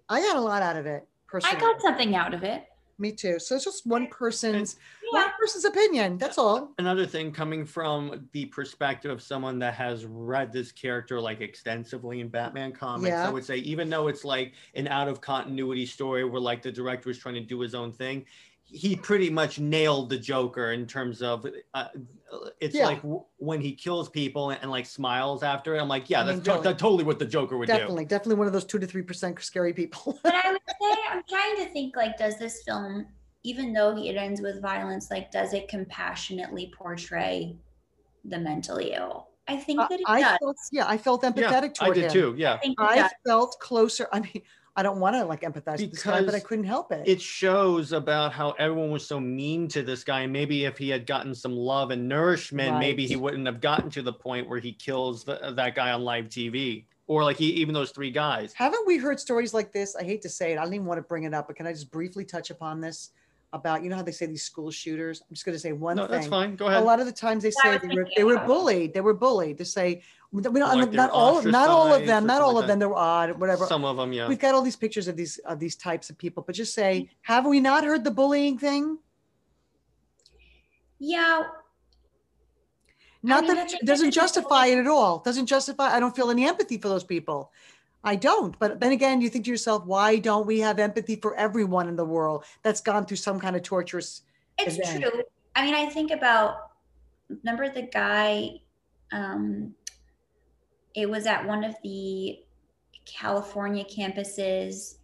I got a lot out of it personally.
i got something out of it
Me too. So it's just one person's
yeah
one person's opinion. That's all.
Another thing coming from the perspective of someone that has read this character like extensively in Batman comics,
Yeah.
I would say even though it's like an out of continuity story where like the director was trying to do his own thing, he pretty much nailed the Joker in terms of uh, it's
Yeah.
like w- when he kills people and, and, like smiles after it. I'm like, yeah,
I mean,
that's, to-
really.
that's totally what the Joker would
Definitely, definitely one of those two to three percent scary people.
but I would say I'm trying to think like, does this film, even though it ends with violence, like, does it compassionately portray the mentally ill? I think that it
<laughs> I
does.
felt, yeah, I felt
do. Yeah,
empathetic
I
toward
did
him.
too. Yeah.
I think it
I
does.
felt closer. I mean, I don't want to like empathize with this guy, but I
Because
couldn't help it.
it shows about how everyone was so mean to this guy. And maybe if he had gotten some love and nourishment,
Right.
maybe he wouldn't have gotten to the point where he kills the, that guy on live TV or like he, even those three guys.
Haven't we heard stories like this? I hate to say it. I don't even want to bring it up, but can I just briefly touch upon this? About you know how they say these school shooters. I'm just going to say one
no,
thing.
that's fine. Go
a
ahead.
lot of the times they say
Yeah, I was
they were,
thinking
they were
about it.
bullied. They were bullied. They say we don't, we don't-
Like they were
not all not all of
ostracized
them,
or
not
something
all
like
of them. They're odd, whatever.
Some of them, yeah.
We've got all these pictures of these of these types of people, but just say, have we not heard the bullying thing?
Yeah.
Not
mean, I
that
think
it doesn't
it's a-
justify it at all. Doesn't justify. I don't feel any empathy for those people. I don't. But then again, you think to yourself, why don't we have empathy for everyone in the world that's gone through some kind of torturous?
It's
event.
true. I mean, I think about remember the guy. Um, it was at one of the California campuses.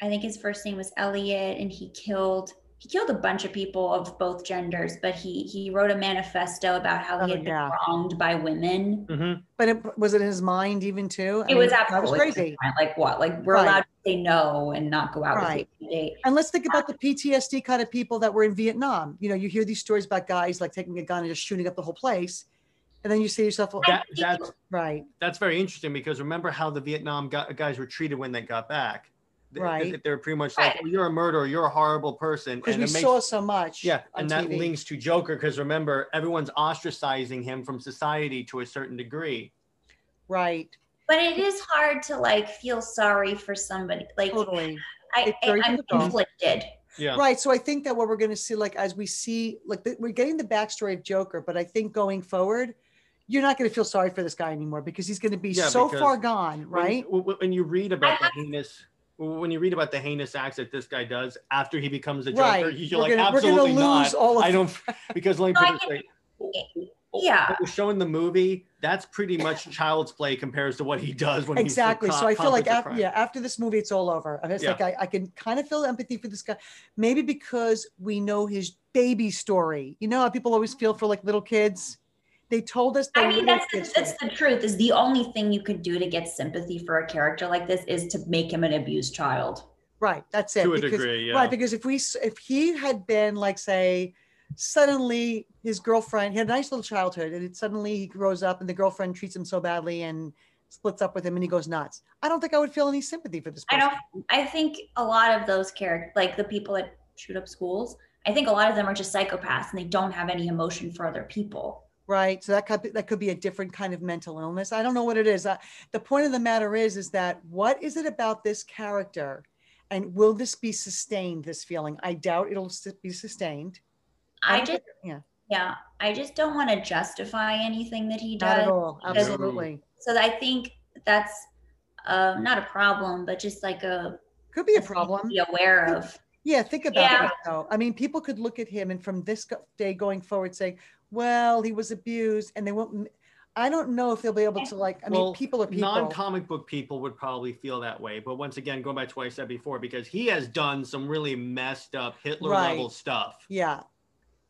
I think his first name was Elliot, and he killed he killed a bunch of people of both genders. But he he wrote a manifesto about how he
Oh,
had
yeah.
been wronged by women.
Mhm.
But it, was it in his mind even too? I
It was
mean, that
absolutely
crazy.
Like what? Like we're
Right.
allowed to say no and not go out
Right.
with people. They-
And let's think about the PTSD kind of people that were in Vietnam. You know, you hear these stories about guys like taking a gun and just shooting up the whole place, and then you say to yourself, well,
That, that's,
right,
that's very interesting because remember how the Vietnam gu- guys were treated when they got back. They-
Right.
They, are pretty much like,
Right.
oh, you're a murderer, you're a horrible person.
because
and
we
it makes-
saw so much.
Yeah,
on
and that
TV.
links to Joker because remember, everyone's ostracizing him from society to a certain degree.
Right,
But it is hard to like feel sorry for somebody. Like
totally.
I,
It's
I
very
I'm
difficult.
conflicted.
Yeah.
Right. So I think that what we're going to see, like, as we see, like, the, we're getting the backstory of Joker, but I think going forward, you're not going to feel sorry for this guy anymore because he's going to be
Yeah,
so
because
far gone,
When-
right?
w- w- When, you read about the heinous when you read about the heinous acts that this guy does after he becomes the Joker,
Right.
you're
We're
like,
gonna- we're gonna
absolutely
lose
not.
all of
I don't because let me put
No,
it
I
straight.
Yeah.
What was shown in the movie, that's pretty much child's play compares to what he does when
exactly.
he's
So I feel like
after,
after, yeah, after this movie, it's all over. And it's
Yeah.
like I, I can kind of feel empathy for this guy, maybe because we know his baby story. You know how people always feel for like little kids. They told us.
I
their
mean,
little
that's
kids
the, that's the truth. Is the only thing you could do to get sympathy for a character like this is to make him an abused child.
Right. That's it.
to a
because-
degree, yeah.
Right. Because if we s- if he had been like say suddenly his girlfriend he had a nice little childhood and it suddenly he grows up and the girlfriend treats him so badly and splits up with him and he goes nuts. I don't think I would feel any sympathy for this.
I
Person.
don't. I think a lot of those characters, like the people that shoot up schools, I think a lot of them are just psychopaths and they don't have any emotion for other people.
Right. So that could be, that could be a different kind of mental illness. I don't know what it is. Uh, the point of the matter is, is that what is it about this character, and will this be sustained? This feeling, I doubt it'll s- be sustained.
I
don't
just,
think- yeah,
yeah, I just don't want to justify anything that he
not
does.
at all.
does-
Absolutely,
So I think that's uh, not a problem, but just like a
could be a problem.
Be aware of.
Yeah, think about
Yeah.
that though. I mean, people could look at him and from this go- day going forward saying, well, he was abused and they won't, m- I don't know if they'll be able to like, I mean, people are people.
non-comic book people would probably feel that way. But once again, going back to what I said before, because he has done some really messed up Hitler level
Right.
stuff.
yeah.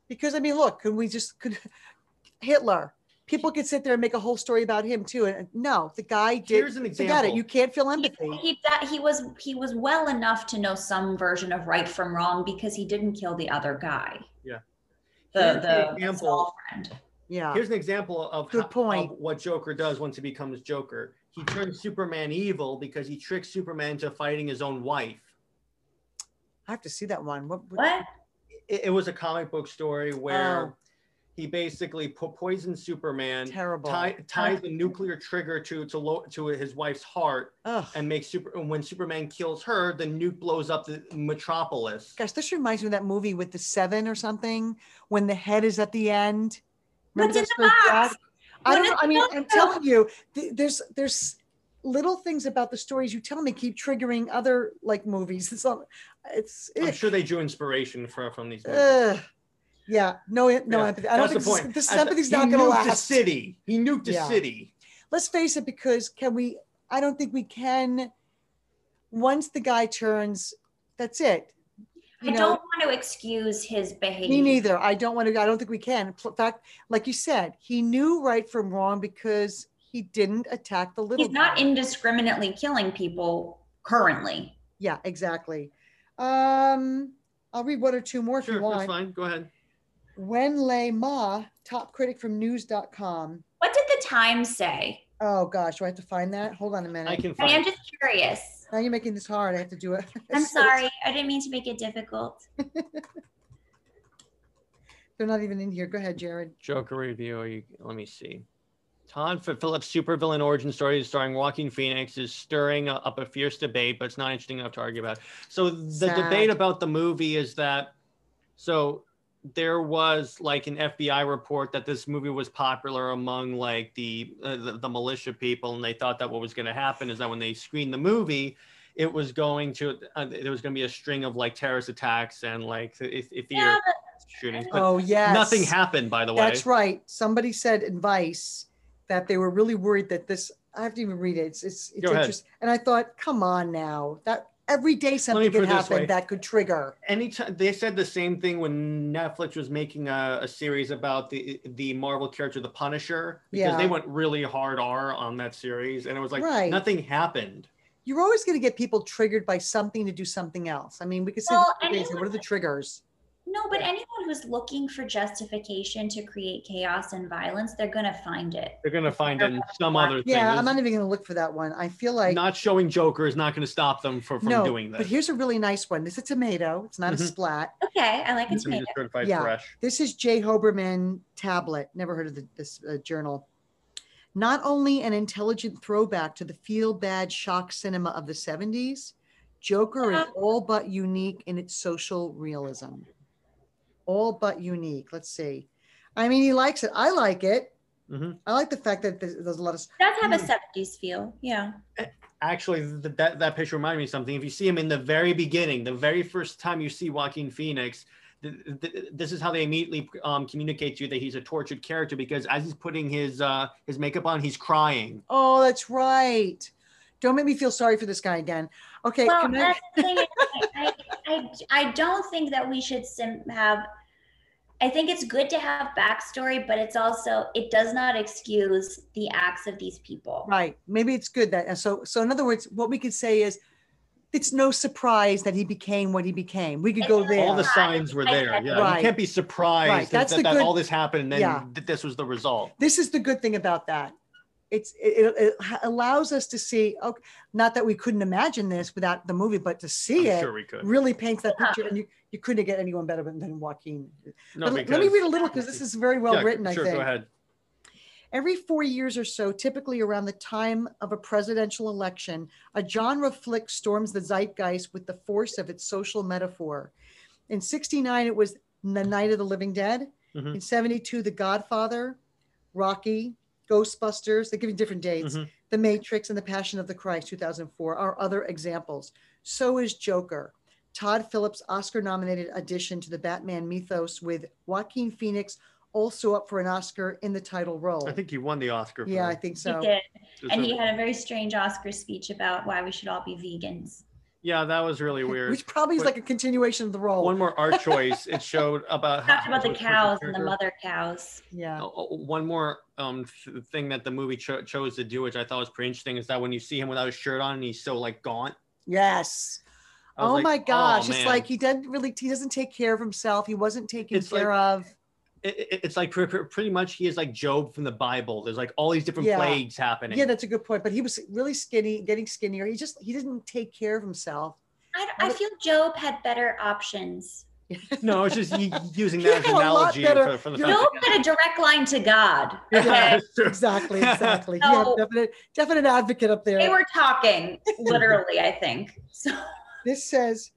Because I mean, look, could we just, could <laughs> Hitler, people could sit there and make a whole story about him too. And and no, the guy did.
Here's an
Forget it.
example.
You can't feel
He,
empathy.
he that he was he was well enough to know some version of right from wrong because he didn't kill the other guy.
Yeah. Here's the
The the
example.
small friend.
Yeah.
Here's an example of,
Good
how-
point.
of what Joker does once he becomes Joker. He turns Superman evil because he tricks Superman to fighting his own wife.
I have to see that one. What? what-
What?
It, it was a comic book story where he basically po- poisons Superman,
Oh. Terrible.
tie, ties a nuclear trigger to to, lo- to his wife's heart,
Ugh.
and makes super. And when Superman kills her, the nuke blows up the metropolis.
Gosh, this reminds me of that movie with the seven or something when the head is at the end.
What's in
that
the
story,
box?
Jack? I
What
don't
is
know. I mean,
in the
I'm telling you, th- there's there's little things about the stories you tell me keep triggering other like movies. <laughs> It's all, it's
I'm
ugh.
sure they drew inspiration from from these. Movies.
Ugh. yeah, no, Uh, no
Yeah,
empathy. I don't
That's
think
the
this,
point.
this
As-
empathy's
he
not going to
nuked The
last.
city. He nuked the
Yeah.
city.
let's face it because can we i don't think we can once the guy turns that's it
I don't want to excuse his behavior.
me neither i don't want to i don't think we can in fact like you said he knew right from wrong because he didn't attack the little
He's not
guy.
indiscriminately killing people currently.
yeah exactly um i'll read one or two more if
Sure,
you
that's
want
fine. Go ahead.
wen lei ma top critic from news.com
What did the Times say?
oh gosh do i have to find that hold on a minute
I can
I
find.
mean, I'm just curious.
now you're making this hard i have to do it <laughs>
I'm
It's-
sorry. I didn't mean to make it difficult.
they're not even in here go ahead jared
Joker review. you, let me see. Todd F- Phillips' supervillain origin story starring Joaquin Phoenix is stirring up a fierce debate, but it's not interesting enough to argue about. So the
Sad.
debate about the movie is that so there was like an FBI report that this movie was popular among like the uh, the, the militia people, and they thought that what was going to happen is that when they screened the movie, it was going to uh, there was going to be a string of like terrorist attacks and like if, if the
Yeah, but
shootings. But
oh yes
nothing happened, by the way.
That's right. Somebody said in Vice that they were really worried that this. I have to even read it. It's it's, it's
Go ahead.
interesting. And I thought, come on now, that every day something
put
could
it this way.
happen that could trigger.
anytime they said the same thing when Netflix was making a, a series about the the Marvel character the Punisher because
Yeah.
they went really hard R on that series and it was like
Right.
nothing happened.
You're always going to get people triggered by something to do something else. I mean, we could say,
Well,
the days,
anyone-
what are the triggers?
no, but anyone who's looking for justification to create chaos and violence, they're going to find it.
They're gonna find it in some other
Yeah,
thing.
I'm not
This-
even going to look for that one. I feel like
not showing Joker is not gonna stop them for, from
no.
doing this.
But here's a really nice one. This is a tomato. It's not
Mhm.
a splat.
Okay. I like a
This is
tomato.
certified
Yeah.
fresh.
This is Jay Hoberman tablet. Never heard of the, this uh, journal. Not only an intelligent throwback to the feel bad shock cinema of the 70s, Joker is all but unique in its social realism. All but unique. Let's see. I mean, he likes it. I like it.
Mhm.
I like the fact that there's, there's a lot of s-
does have a
Hmm.
70s feel. Yeah.
Actually, th- that that picture reminded me of something. If you see him in the very beginning, the very first time you see Joaquin Phoenix, th- th- this is how they immediately um, communicate to you that he's a tortured character because as he's putting his uh, his makeup on, he's crying.
Oh, that's right. Don't make me feel sorry for this guy again. Okay,
Well,
can I- <laughs>
that's the thing. is, I, I, I don't think that we should sim- have. I think it's good to have backstory, but it's also it does not excuse the acts of these people.
right. Maybe it's good that so so. In other words, what we could say is, it's no surprise that he became what he became. We could go
It's not-
there.
All the signs were there. Yeah,
Right.
you can't be surprised that,
Right. That's
that,
the
that
good-
all this happened and then
Yeah.
th- this was the result.
this is the good thing about that. It's it, it, it allows us to see. Okay, not that we couldn't imagine this without the movie, but to see
I'm
it
sure we could.
really paints that
Yeah.
picture. And you you couldn't get anyone better than, than Joaquin.
No,
But let- let me read a little because this is very well
Yeah,
written. I
Sure,
think.
go ahead.
Every four years or so, typically around the time of a presidential election, a genre flick storms the zeitgeist with the force of its social metaphor. In 69, it was The Night of the Living Dead.
Mhm.
In 72, The Godfather, Rocky, Ghostbusters. They're giving different dates.
Mhm.
The Matrix and The Passion of the Christ, 2004, are other examples. So is Joker. Todd Phillips' Oscar nominated addition to the Batman mythos with Joaquin Phoenix also up for an Oscar in the title role.
I think you won the Oscar. For
Yeah, I
that.
think
He
so.
did,
This
and
was-
he had a very strange Oscar speech about why we should all be vegans.
yeah, that was really weird.
Which oh. probably is
But-
like a continuation of the role.
One more art choice. It showed about
Talked about the
how-
cows and the mother cows.
yeah.
Oh, oh, One more um, th- thing that the movie cho- chose to do, which I thought was pretty interesting, is that when you see him without his shirt on, and he's so like gaunt.
Yes.
I was
Oh
like,
my gosh. it's
man."
like he didn't really, he doesn't take care of himself. He wasn't taken
It's like-
care of.
It- it- it's like pre- pre- pretty much he is like Job from the Bible. There's like all these different
Yeah.
plagues happening.
Yeah, that's a good point. But he was really skinny, getting skinnier. He just, he didn't take care of himself.
I, I feel Job had better options.
<laughs> no, it's just he, using
<laughs> You
that as an
have a lot
analogy
better-
for, for the
you
fact
Job had a direct line to God.
<laughs> that-
Okay.
it's true. <laughs>
Exactly. Exactly. Yeah,
No.
definite, definite advocate up there.
They were talking literally, I think. So
This says,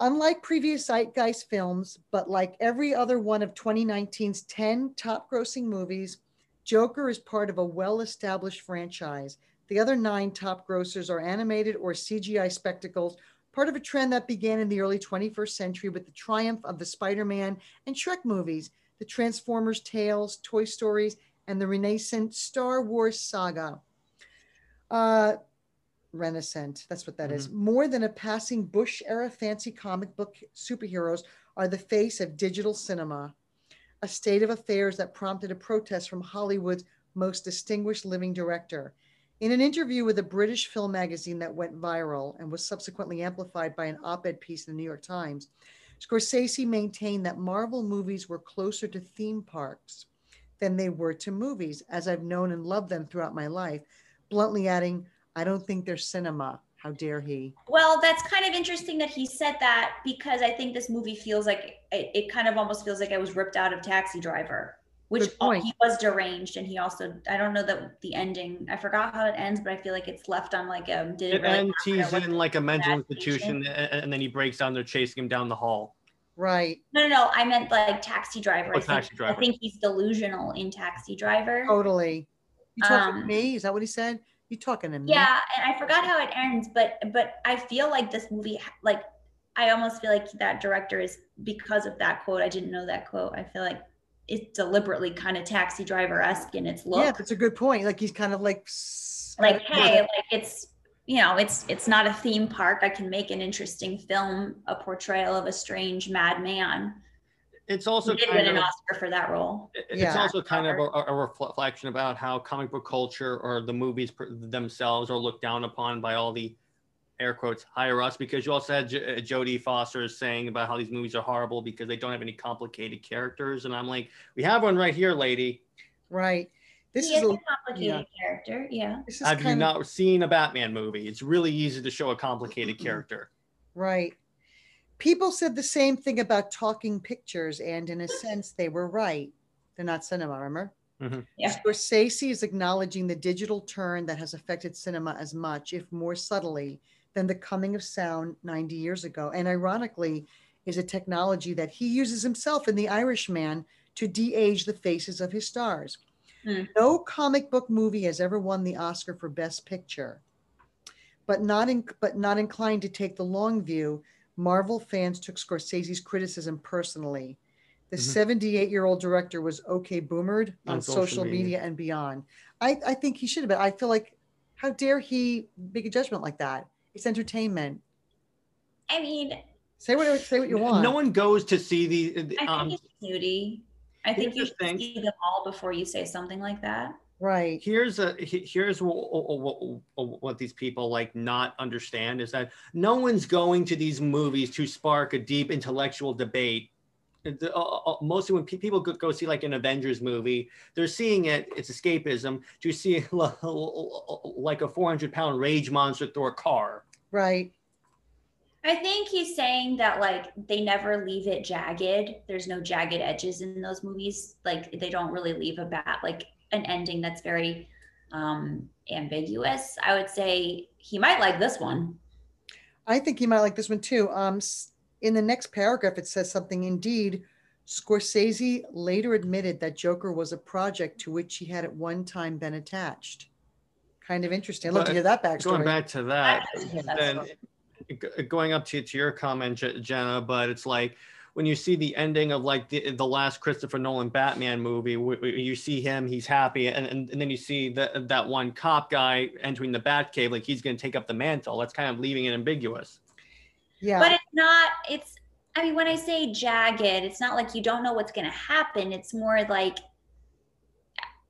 unlike previous Zeitgeist films, but like every other one of 2019's 10 top grossing movies, Joker is part of a well established franchise. The other nine top grossers are animated or CGI spectacles, part of a trend that began in the early 21st century with the triumph of the Spider Man and Shrek movies, the Transformers tales, Toy Stories, and the renaissance Star Wars saga. Uh, renaissance. That's what that is. More than a passing Bush era fancy comic book superheroes are the face of digital cinema, a state of affairs that prompted a protest from Hollywood's most distinguished living director. In an interview with a British film magazine that went viral and was subsequently amplified by an op ed piece in the New York Times, Scorsese maintained that Marvel movies were closer to theme parks than they were to movies, as I've known and loved them throughout my life, bluntly adding, I don't think they're cinema. How dare he?
Well, that's kind of interesting that he said that because I think this movie feels like it, it kind of almost feels like I was ripped out of Taxi Driver, which
Good point.
he was deranged and he also I don't know that the ending I forgot how it ends, but I feel like it's left on like um did it
And
really
ends
"Oh,
he's
matter what-
in like a mental institution,
institution.
and, and then he breaks down. They're chasing him down the hall.
Right.
no no no I meant like Taxi Driver.
Oh,
I, think,
Taxi Driver.
I think he's delusional in Taxi Driver.
Totally. You talking to
Um,
me? Is that what he said? You talking to me?
Yeah, and I forgot how it ends, but but I feel like this movie ha- like I almost feel like that director is because of that quote. I didn't know that quote. I feel like it's deliberately kind of taxi driver esque in its
Yeah,
look.
that's a good point. Like he's kind of like s- uh,
like,
kind of-
hey, like it's you know, it's it's not a theme park. I can make an interesting film, a portrayal of a strange madman.
It's also
He did
kind
win an
of-
Oscar for that role.
It- it's
Yeah.
also kind of a, a reflection about how comic book culture or the movies per- themselves are looked down upon by all the air quotes higher ups because you also had J- uh, Jodie Foster saying about how these movies are horrible because they don't have any complicated characters and I'm like we have one right here lady
right. This
he
is
is
a,
a complicated character. Yeah.
this is
have you
kind of
not seen a Batman movie it's really easy to show a complicated character
right. People said the same thing about talking pictures, and in a sense, they were right. They're not cinema, remember?
Yeah.
Scorsese is acknowledging the digital turn that has affected cinema as much, if more subtly, than the coming of sound 90 years ago. And ironically, is a technology that he uses himself in The Irishman to de age the faces of his stars.
Mm.
No comic book movie has ever won the Oscar for Best Picture. But not in, but not inclined to take the long view, Marvel fans took Scorsese's criticism personally. The
Mhm.
78 year old director was okay boomered Mm-hmm. on, social, media. and beyond. I, I think he should have been. I feel like, how dare he make a judgment like that? It's entertainment.
I mean,
Say what say what you want.
No one goes to see the.
I
Um,
think it's snooty. I think
here's
you
the
should
thing.
see them all before you say something like that.
right.
here's a he- here's what, what these people like not understand is that no one's going to these movies to spark a deep intellectual debate The- uh, uh, mostly when pe- people go, go see like an avengers movie they're seeing it it's escapism to see <laughs> like a 400 pound rage monster throw a car
Right.
I think he's saying that like they never leave it jagged. There's no jagged edges in those movies. Like they don't really leave a bat like an ending that's very um ambiguous. I would say he might like this one.
I think you might like this one too. Um, s- in the next paragraph, it says something. Indeed, Scorsese later admitted that Joker was a project to which he had at one time been attached. Kind of interesting. I'd love to
But
hear that
going
backstory.
back to that
I think that's
Uh, then
what-
g- going up to, to your comment, Je- Jenna, but it's like when you see the ending of like the, the last Christopher Nolan Batman movie, wh- wh- you see him, he's happy, and, and, and then you see that that one cop guy entering the Batcave, like he's going to take up the mantle. That's kind of leaving it ambiguous.
yeah,
but it's not it's I mean when I say jagged, it's not like you don't know what's going to happen. It's more like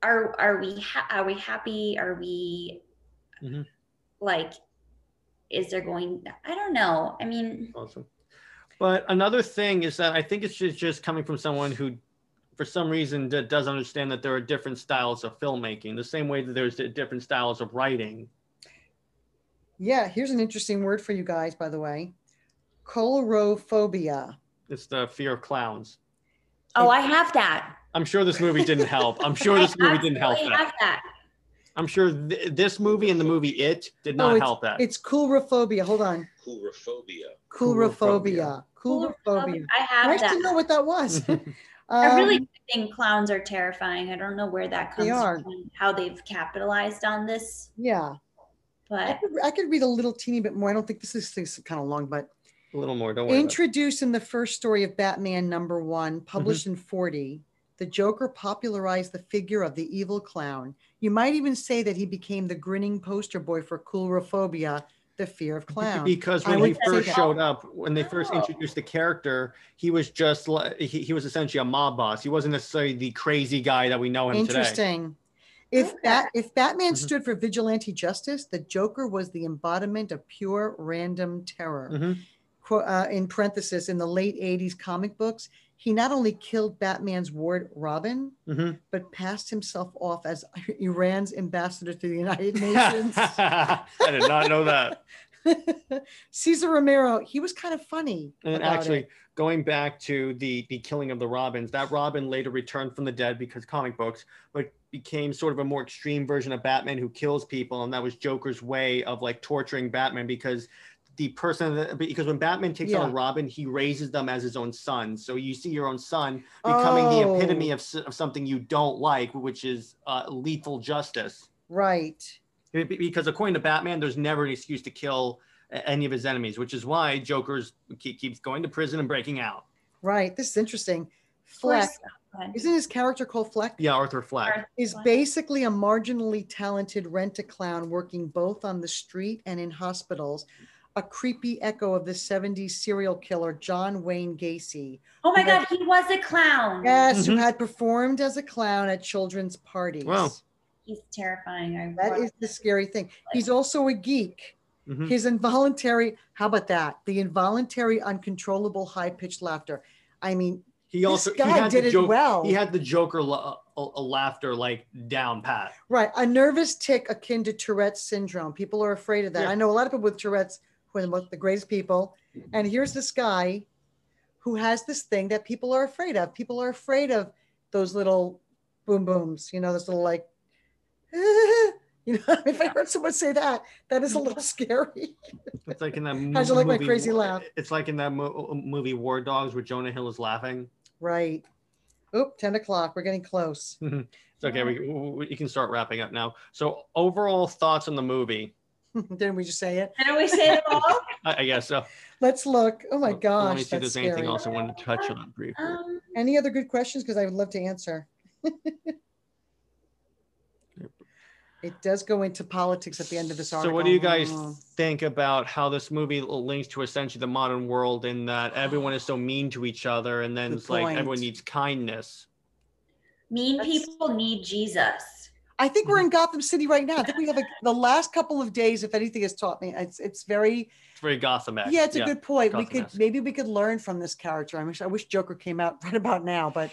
are are we ha- are we happy? Are we
Mhm.
like is there going I don't know. I mean
Awesome. But another thing is that I think it's just, just coming from someone who, for some reason, d- doesn't understand that there are different styles of filmmaking, the same way that there's di- different styles of writing.
yeah. Here's an interesting word for you guys, by the way: colorophobia.
It's the fear of clowns.
Oh, I have that.
I'm sure this movie didn't help. I'm sure
I
this movie didn't help
absolutely
that.
have that.
I'm sure th- this movie and the movie It did
Oh,
not help that. <laughs>
It's coulrophobia. Hold on,
Coulrophobia.
coulrophobia. Coulrophobia.
I have
Nice
that.
to know what that was.
<laughs> I
Um,
really think clowns are terrifying. I don't know where that
They
comes
are.
from, and how they've capitalized on this,
yeah. I
but
could, I could read a little teeny bit more. I don't think this is, this is kind of long, but
a little more. Don't worry. about it.
introduced in the first story of Batman number one, published
Mm-hmm.
in 40, the Joker popularized the figure of the evil clown. You might even say that he became the grinning poster boy for coulrophobia, the fear of clown.
Because
I
when he
would say
first
that.
showed up, when they first
Oh.
introduced the character, he was just like he, he was essentially a mob boss. He wasn't necessarily the crazy guy that we know him today.
Interesting. If
Okay.
that if Batman
Mhm.
stood for vigilante justice, the Joker was the embodiment of pure random terror.
Mhm.
qu- uh, in parenthesis in the late 80s comic books he not only killed batman's ward robin
Mhm.
but passed himself off as <laughs> iran's ambassador to the united nations
<laughs>
<laughs>
I did not know that.
cesar romero he was kind of funny
And then
about
actually
it.
going back to the the killing of the robins, that robin later returned from the dead because comic books, but became sort of a more extreme version of Batman who kills people, and that was Joker's way of like torturing Batman because the person that, because when Batman takes on a
Yeah.
Robin, he raises them as his own son. So you see your own son becoming the
Oh,
epitome of, s- of something you don't like, which is uh, lethal justice.
right
Be- be- Because according to Batman, there's never an excuse to kill a- any of his enemies, which is why Joker's keep, keeps going to prison and breaking out.
right this is interesting
Where's-
fleck
go ahead.
isn't his character called fleck
Yeah, Arthur Fleck.
Arthur
is
Fleck.
basically a marginally talented rent a clown working both on the street and in hospitals, a creepy echo of the 70s serial killer John Wayne Gacy.
oh my god, he was a clown.
Yes, who
Mhm.
had performed as a clown at children's parties.
Wow.
He's terrifying. I
That
love-
is the scary thing. He's also a geek.
Mhm.
His involuntary, how about that? The involuntary, uncontrollable, high pitched laughter. I mean,
He
this
also he
guy
had,
did
the
it
joke,
well.
he had the Joker la- a, a laughter like down pat.
Right. A nervous tick akin to Tourette's syndrome. People are afraid of that.
Yeah. Mm-hmm.
I know a lot of people with Tourette's who are the, most, the greatest people. And here's this guy who has this thing that people are afraid of. People are afraid of those little boom booms, you know, those little like, <laughs> you know, <laughs> if I heard someone say that, that is
<laughs>
a little scary.
It's like in
<laughs>
that movie.
How'd you like my crazy laugh?
uh, It's like in that mo- movie War Dogs where Jonah Hill is laughing.
Right. Oop, 10 o'clock. We're getting close. <laughs>
It's okay. We, we you can start wrapping up now. So overall thoughts on the movie?
Didn't we just say it?
Didn't we say it
<laughs>
all?
I, I guess so.
Let's look. Oh my
Let- Let
gosh.
me see if
that's
there's
scary.
anything else I wanted to touch on briefly.
Um,
Any other good questions? Because I would love to answer. it does go into politics at the end of this
so
article.
what do you guys
Mm.
think about how this movie links to essentially the modern world in that everyone is so mean to each other and then
Good
it's like everyone
point.
needs kindness.
mean
That's-
people need Jesus.
I think we're in Gotham City right now. I think we have a, the last couple of days, if anything has taught me, it's it's very
It's very Gotham
yeah, it's a good point. we could
Gotham-esque.
maybe we could learn from this character. I wish I wish Joker came out <laughs> right about now, but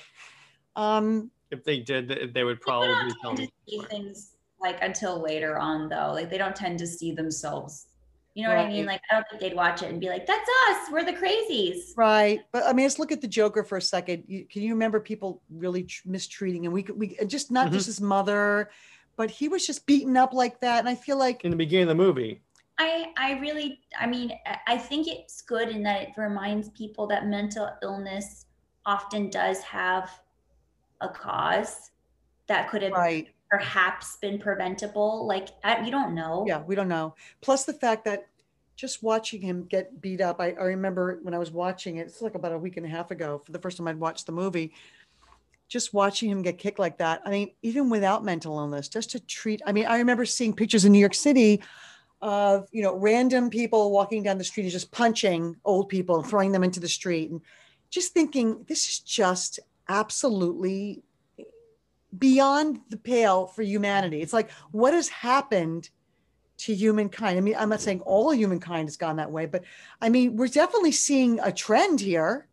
um
If they did, th- they would
People
probably
don't
tell
tend to
me.
see things like until later on, though. Like they don't tend to see themselves. You know what I mean? Like I don't think they'd watch it and be like, "That's us. We're the crazies."
Right, but I mean, let's look at the Joker for a second. You, can you remember people really tr- mistreating him? We could- we and just not just his mother, but he was just beaten up like that, and I feel like
In the beginning of the movie,
I I really I mean I- I think it's good in that it reminds people that mental illness often does have a cause that could have
right,
perhaps been preventable. Like I, you don't know.
yeah, we don't know. Plus the fact that just watching him get beat up, I, I remember when I was watching it. It's like about a week and a half ago for the first time I'd watched the movie. Just watching him get kicked like that. I mean, even without mental illness, just to treat. I mean, I remember seeing pictures in New York City of you know random people walking down the street and just punching old people and throwing them into the street and just thinking this is just absolutely beyond the pale for humanity it's like what has happened to humankind i mean i'm not saying all humankind has gone that way but i mean we're definitely seeing a trend here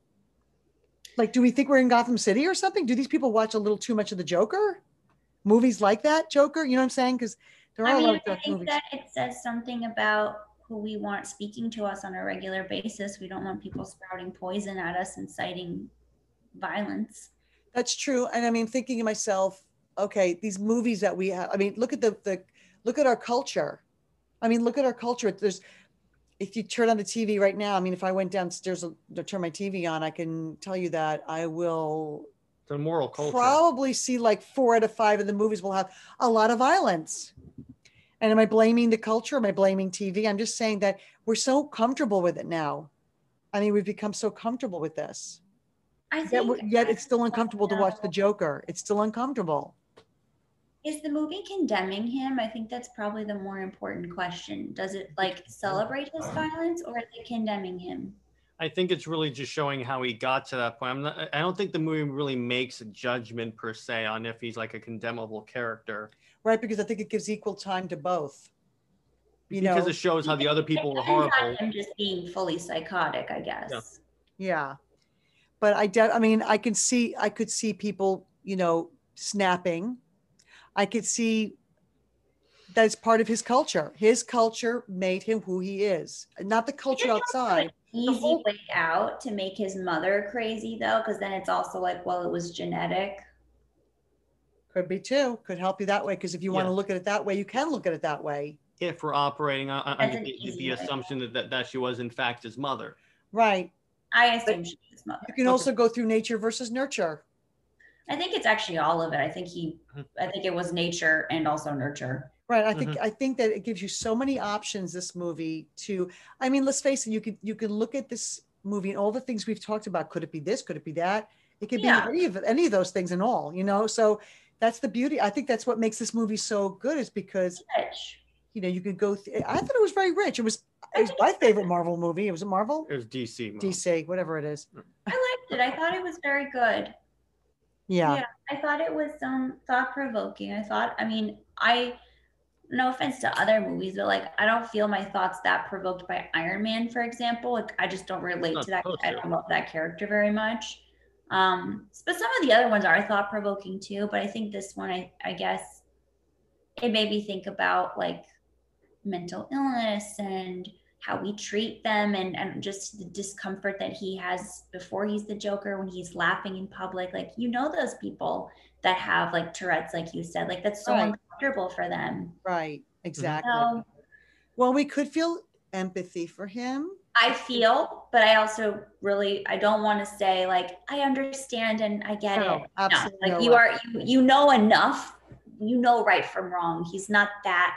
like do we think we're in gotham city or something do these people watch a little too much of the joker movies like that joker you know what i'm saying because there are a
I
lot
mean,
of
I
dark
think
movies
that it says something about who we want speaking to us on a regular basis. We don't want people sprouting poison at us, inciting violence.
That's true. And I mean, thinking to myself, okay, these movies that we have, I mean, look at the, the, look at our culture. I mean, look at our culture. There's, if you turn on the TV right now, I mean, if I went downstairs to turn my TV on, I can tell you that I will
it's a moral culture.
probably see like four out of five of the movies will have a lot of violence. And am I blaming the culture? Am I blaming TV? I'm just saying that we're so comfortable with it now. I mean, we've become so comfortable with this.
I
Yet,
think
we're- yet it's still uncomfortable to watch the Joker. It's still uncomfortable.
Is the movie condemning him? I think that's probably the more important question. Does it
<laughs>
like celebrate
Uh-huh.
his violence or is it condemning him?
I think it's really just showing how he got to that point. I'm not, I don't think the movie really makes a judgment per se on if he's like a condemnable character
Right. Because I think it gives equal time to both. You
because
know,
it shows how the other people were
It depends on
horrible.
him just being fully psychotic, I guess.
Yeah.
yeah. But I, de- I mean, I can see, I could see people, you know, snapping. I could see that's part of his culture. His culture made him who he is, not the culture
It's also an
outside.
Easy
whole-
way out to make his mother crazy though, because then it's also like, well, it was genetic.
Could be too. Could help you that way. Because if you want to
Yeah.
look at it that way, you can look at it that way.
If we're operating on, on
That's
the,
an
the,
easy way.
assumption that, that that she was in fact his mother,
Right.
I assume she's his mother.
You can also go through nature versus nurture.
I think it's actually all of it. I think he,
Mhm.
I think it was nature and also nurture.
Right. I
Mm-hmm.
think I think that it gives you so many options. This movie to, I mean, let's face it. You could you can look at this movie and all the things we've talked about. Could it be this? Could it be that? It could
Yeah.
be any of any of those things and all. You know. So that's the beauty. I think that's what makes this movie so good is because
Rich.
you know you could go. Th- I thought it was very rich. It was it was my favorite Marvel movie. It was a Marvel,
it was DC. mom.
<laughs> DC, whatever it is.
I liked it. I thought it was very good.
Yeah.
Yeah. I thought it was um thought provoking. I thought, I mean, I no offense to other movies, but like I don't feel my thoughts that provoked by Iron Man, for example. Like I just don't relate
Not
to that.
supposed
I
to.
don't love that character very much. Um, but some of the other ones are thought provoking too. But I think this one, I I guess, it made me think about like mental illness and how we treat them and, and just the discomfort that he has before he's the joker when he's laughing in public like you know those people that have like tourette's like you said like that's so
Right.
uncomfortable for them Mm-hmm.
Right. Exactly.
so
Well, we could feel empathy for him.
I feel, but I also really I don't want to say like I understand and I get
No,
it.
absolutely
No,
no
like you
way.
are you, you know enough. You know right from wrong. He's not that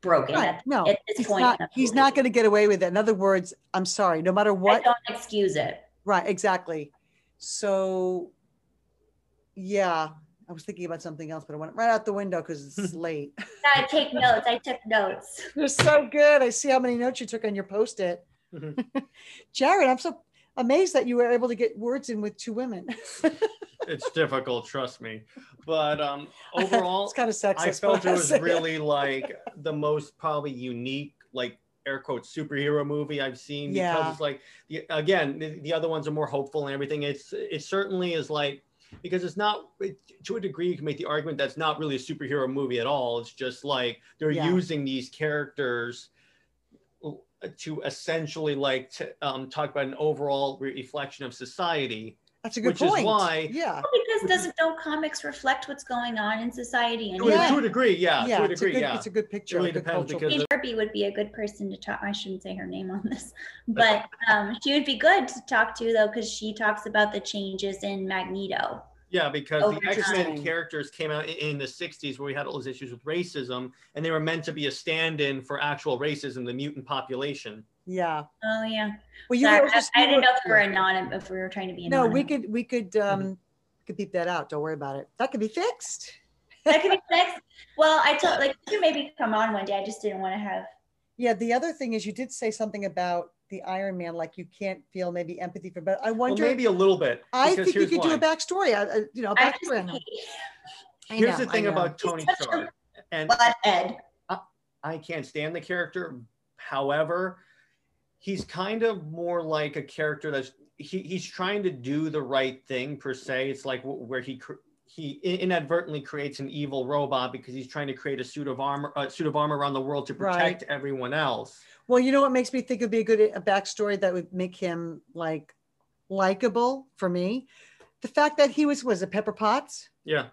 broken
Right,
at,
no,
at this
he's
point.
not,
in the
he's
movie.
not going to get away with it. In other words, I'm sorry, no matter
I
what.
don't excuse it.
Right, exactly. So, yeah, I was thinking about something else, but I went right out the window because <laughs> it's late.
I take notes. I took notes.
You're <laughs> so good. I see how many notes you took on your post it.
Mhm.
Mm-hmm. <laughs> Jared, I'm so amazed that you were able to get words in with two women. <laughs>
it's difficult, trust me. But um, overall,
<laughs> it's kind of sexist.
I
but
felt it
I'll
was
say
really like the most probably unique, like air quotes superhero movie I've seen
Yeah.
because it's like the- again the, the other ones are more hopeful and everything. It's it certainly is like because it's not it, to a degree you can make the argument that's not really a superhero movie at all. It's just like they're
Yeah.
using these characters to essentially like to, um, talk about an overall reflection of society.
<laughs> That's a good
which is
point.
why-
Yeah.
Well, because doesn't don't comics reflect what's going on in society? And
To, a-
Oh, Yeah.
to a degree, yeah, to a
it's, a
degree,
good,
yeah.
it's a good picture.
really
a good
depends
cultural
because-
Katie Kirby would be a good person to talk. I shouldn't say her name on
<laughs>
this, but um, she would be good to talk to though, because she talks about the changes in Magneto.
Yeah, because
Oh,
Over
the X Men
time.
characters came out i- in the 60s where we had all those issues with racism, and they were meant to be a stand in for actual racism, the mutant population.
yeah.
Oh yeah.
Well,
Sorry,
were just-
I, I
you
didn't
were-
know if we were anonymous. If we were trying to Mhm. be
No,
anonymous.
we could we could um could beep that out. Don't worry about it. That could be fixed.
That could be next. Well, I told like you could maybe come on one day. I just didn't want to have.
Yeah, the other thing is you did say something about the Iron Man, like you can't feel maybe empathy for, but I
Well,
wonder.
maybe a little bit.
I
because
think you
here's
could do
why.
a backstory. I, I- you know, a
I just
backstory. on him. I
Here's
know,
the
I
thing
know.
about
He's
Tony
such a
Stark, and
butthead.
I can't stand the character. However, he's kind of more like a character that's he, he's trying to do the right thing per se. It's like wh- where he cr- he i- inadvertently creates an evil robot because he's trying to create a suit of armor a suit of armor around the world to
Right.
protect everyone else.
Well, you know what makes me think it'd be a good a backstory that would make him like likable for me? The fact that he was was it Pepper Potts? <laughs>
Yeah,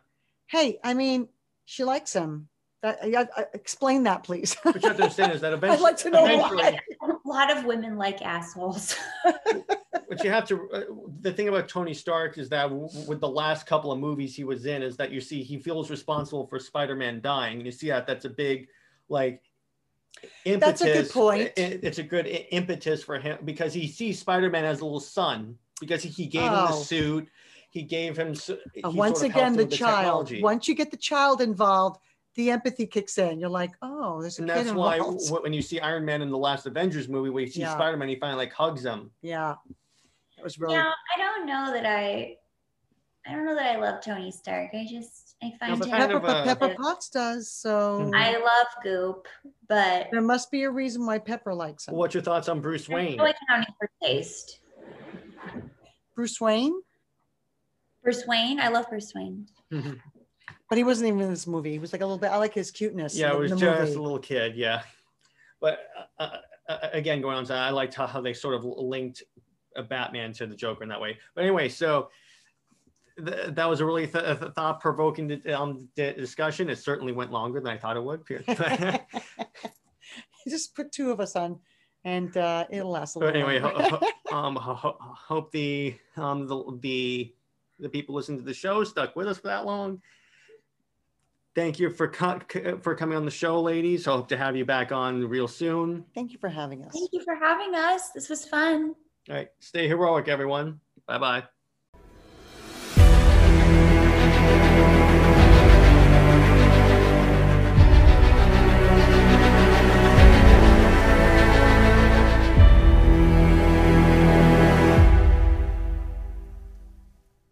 Hey, I mean, she likes him. That I, I, explain that, please.
but
<laughs>
you have to understand is that eventually,
like to know why.
eventually
A lot of women like assholes.
but you have to. Uh, the thing about Tony Stark is that w- with the last couple of movies he was in, is that you see he feels responsible for Spider-Man dying. You see that that's a big, like, impetus.
That's a good point.
I- I- it's a good i- impetus for him because he sees Spider-Man as a little son because he, he gave him the
Oh.
suit. He gave him. s- he
Uh,
sort
once
of helped
again,
him
the
with
child.
technology.
Once you get the child involved, the empathy kicks in. You're like, oh, there's a
and
kid
that's why
involved.
w- when you see Iron Man in the last Avengers movie, where you see
Yeah.
Spider-Man, he finally like hugs him.
yeah, that was really.
Yeah, I don't know that I. I don't know that I love Tony Stark. I just I find
but
him.
kind
Pepper,
of a- Mm-hmm.
Pepper Potts does so.
I love Goop, but
there must be a reason why Pepper likes him.
What's your thoughts on Bruce Wayne?
I'm really counting for taste.
Bruce Wayne,
Bruce Wayne, I love Bruce Wayne.
but he wasn't even in this movie. He was like a little bit. I like his cuteness.
Yeah,
in
it was
the
just
movie.
a little kid. Yeah, but uh, uh, uh, again, going on, to- I liked how, how they sort of linked uh, Batman to the Joker in that way. But anyway, so th- that was a really th- th- thought-provoking di- um, di- discussion. It certainly went longer than I thought it would. <laughs>
<laughs>
but
just put two of us on, and uh, it'll last a
but
little.
anyway, ho-
longer.
ho- um, ho- ho- hope the um the the the people listening to the show stuck with us for that long. Thank you for co- co- for coming on the show, ladies. hope to have you back on real soon.
Thank you for having us.
Thank you for having us. This was fun.
All right. Stay heroic, everyone. Bye bye.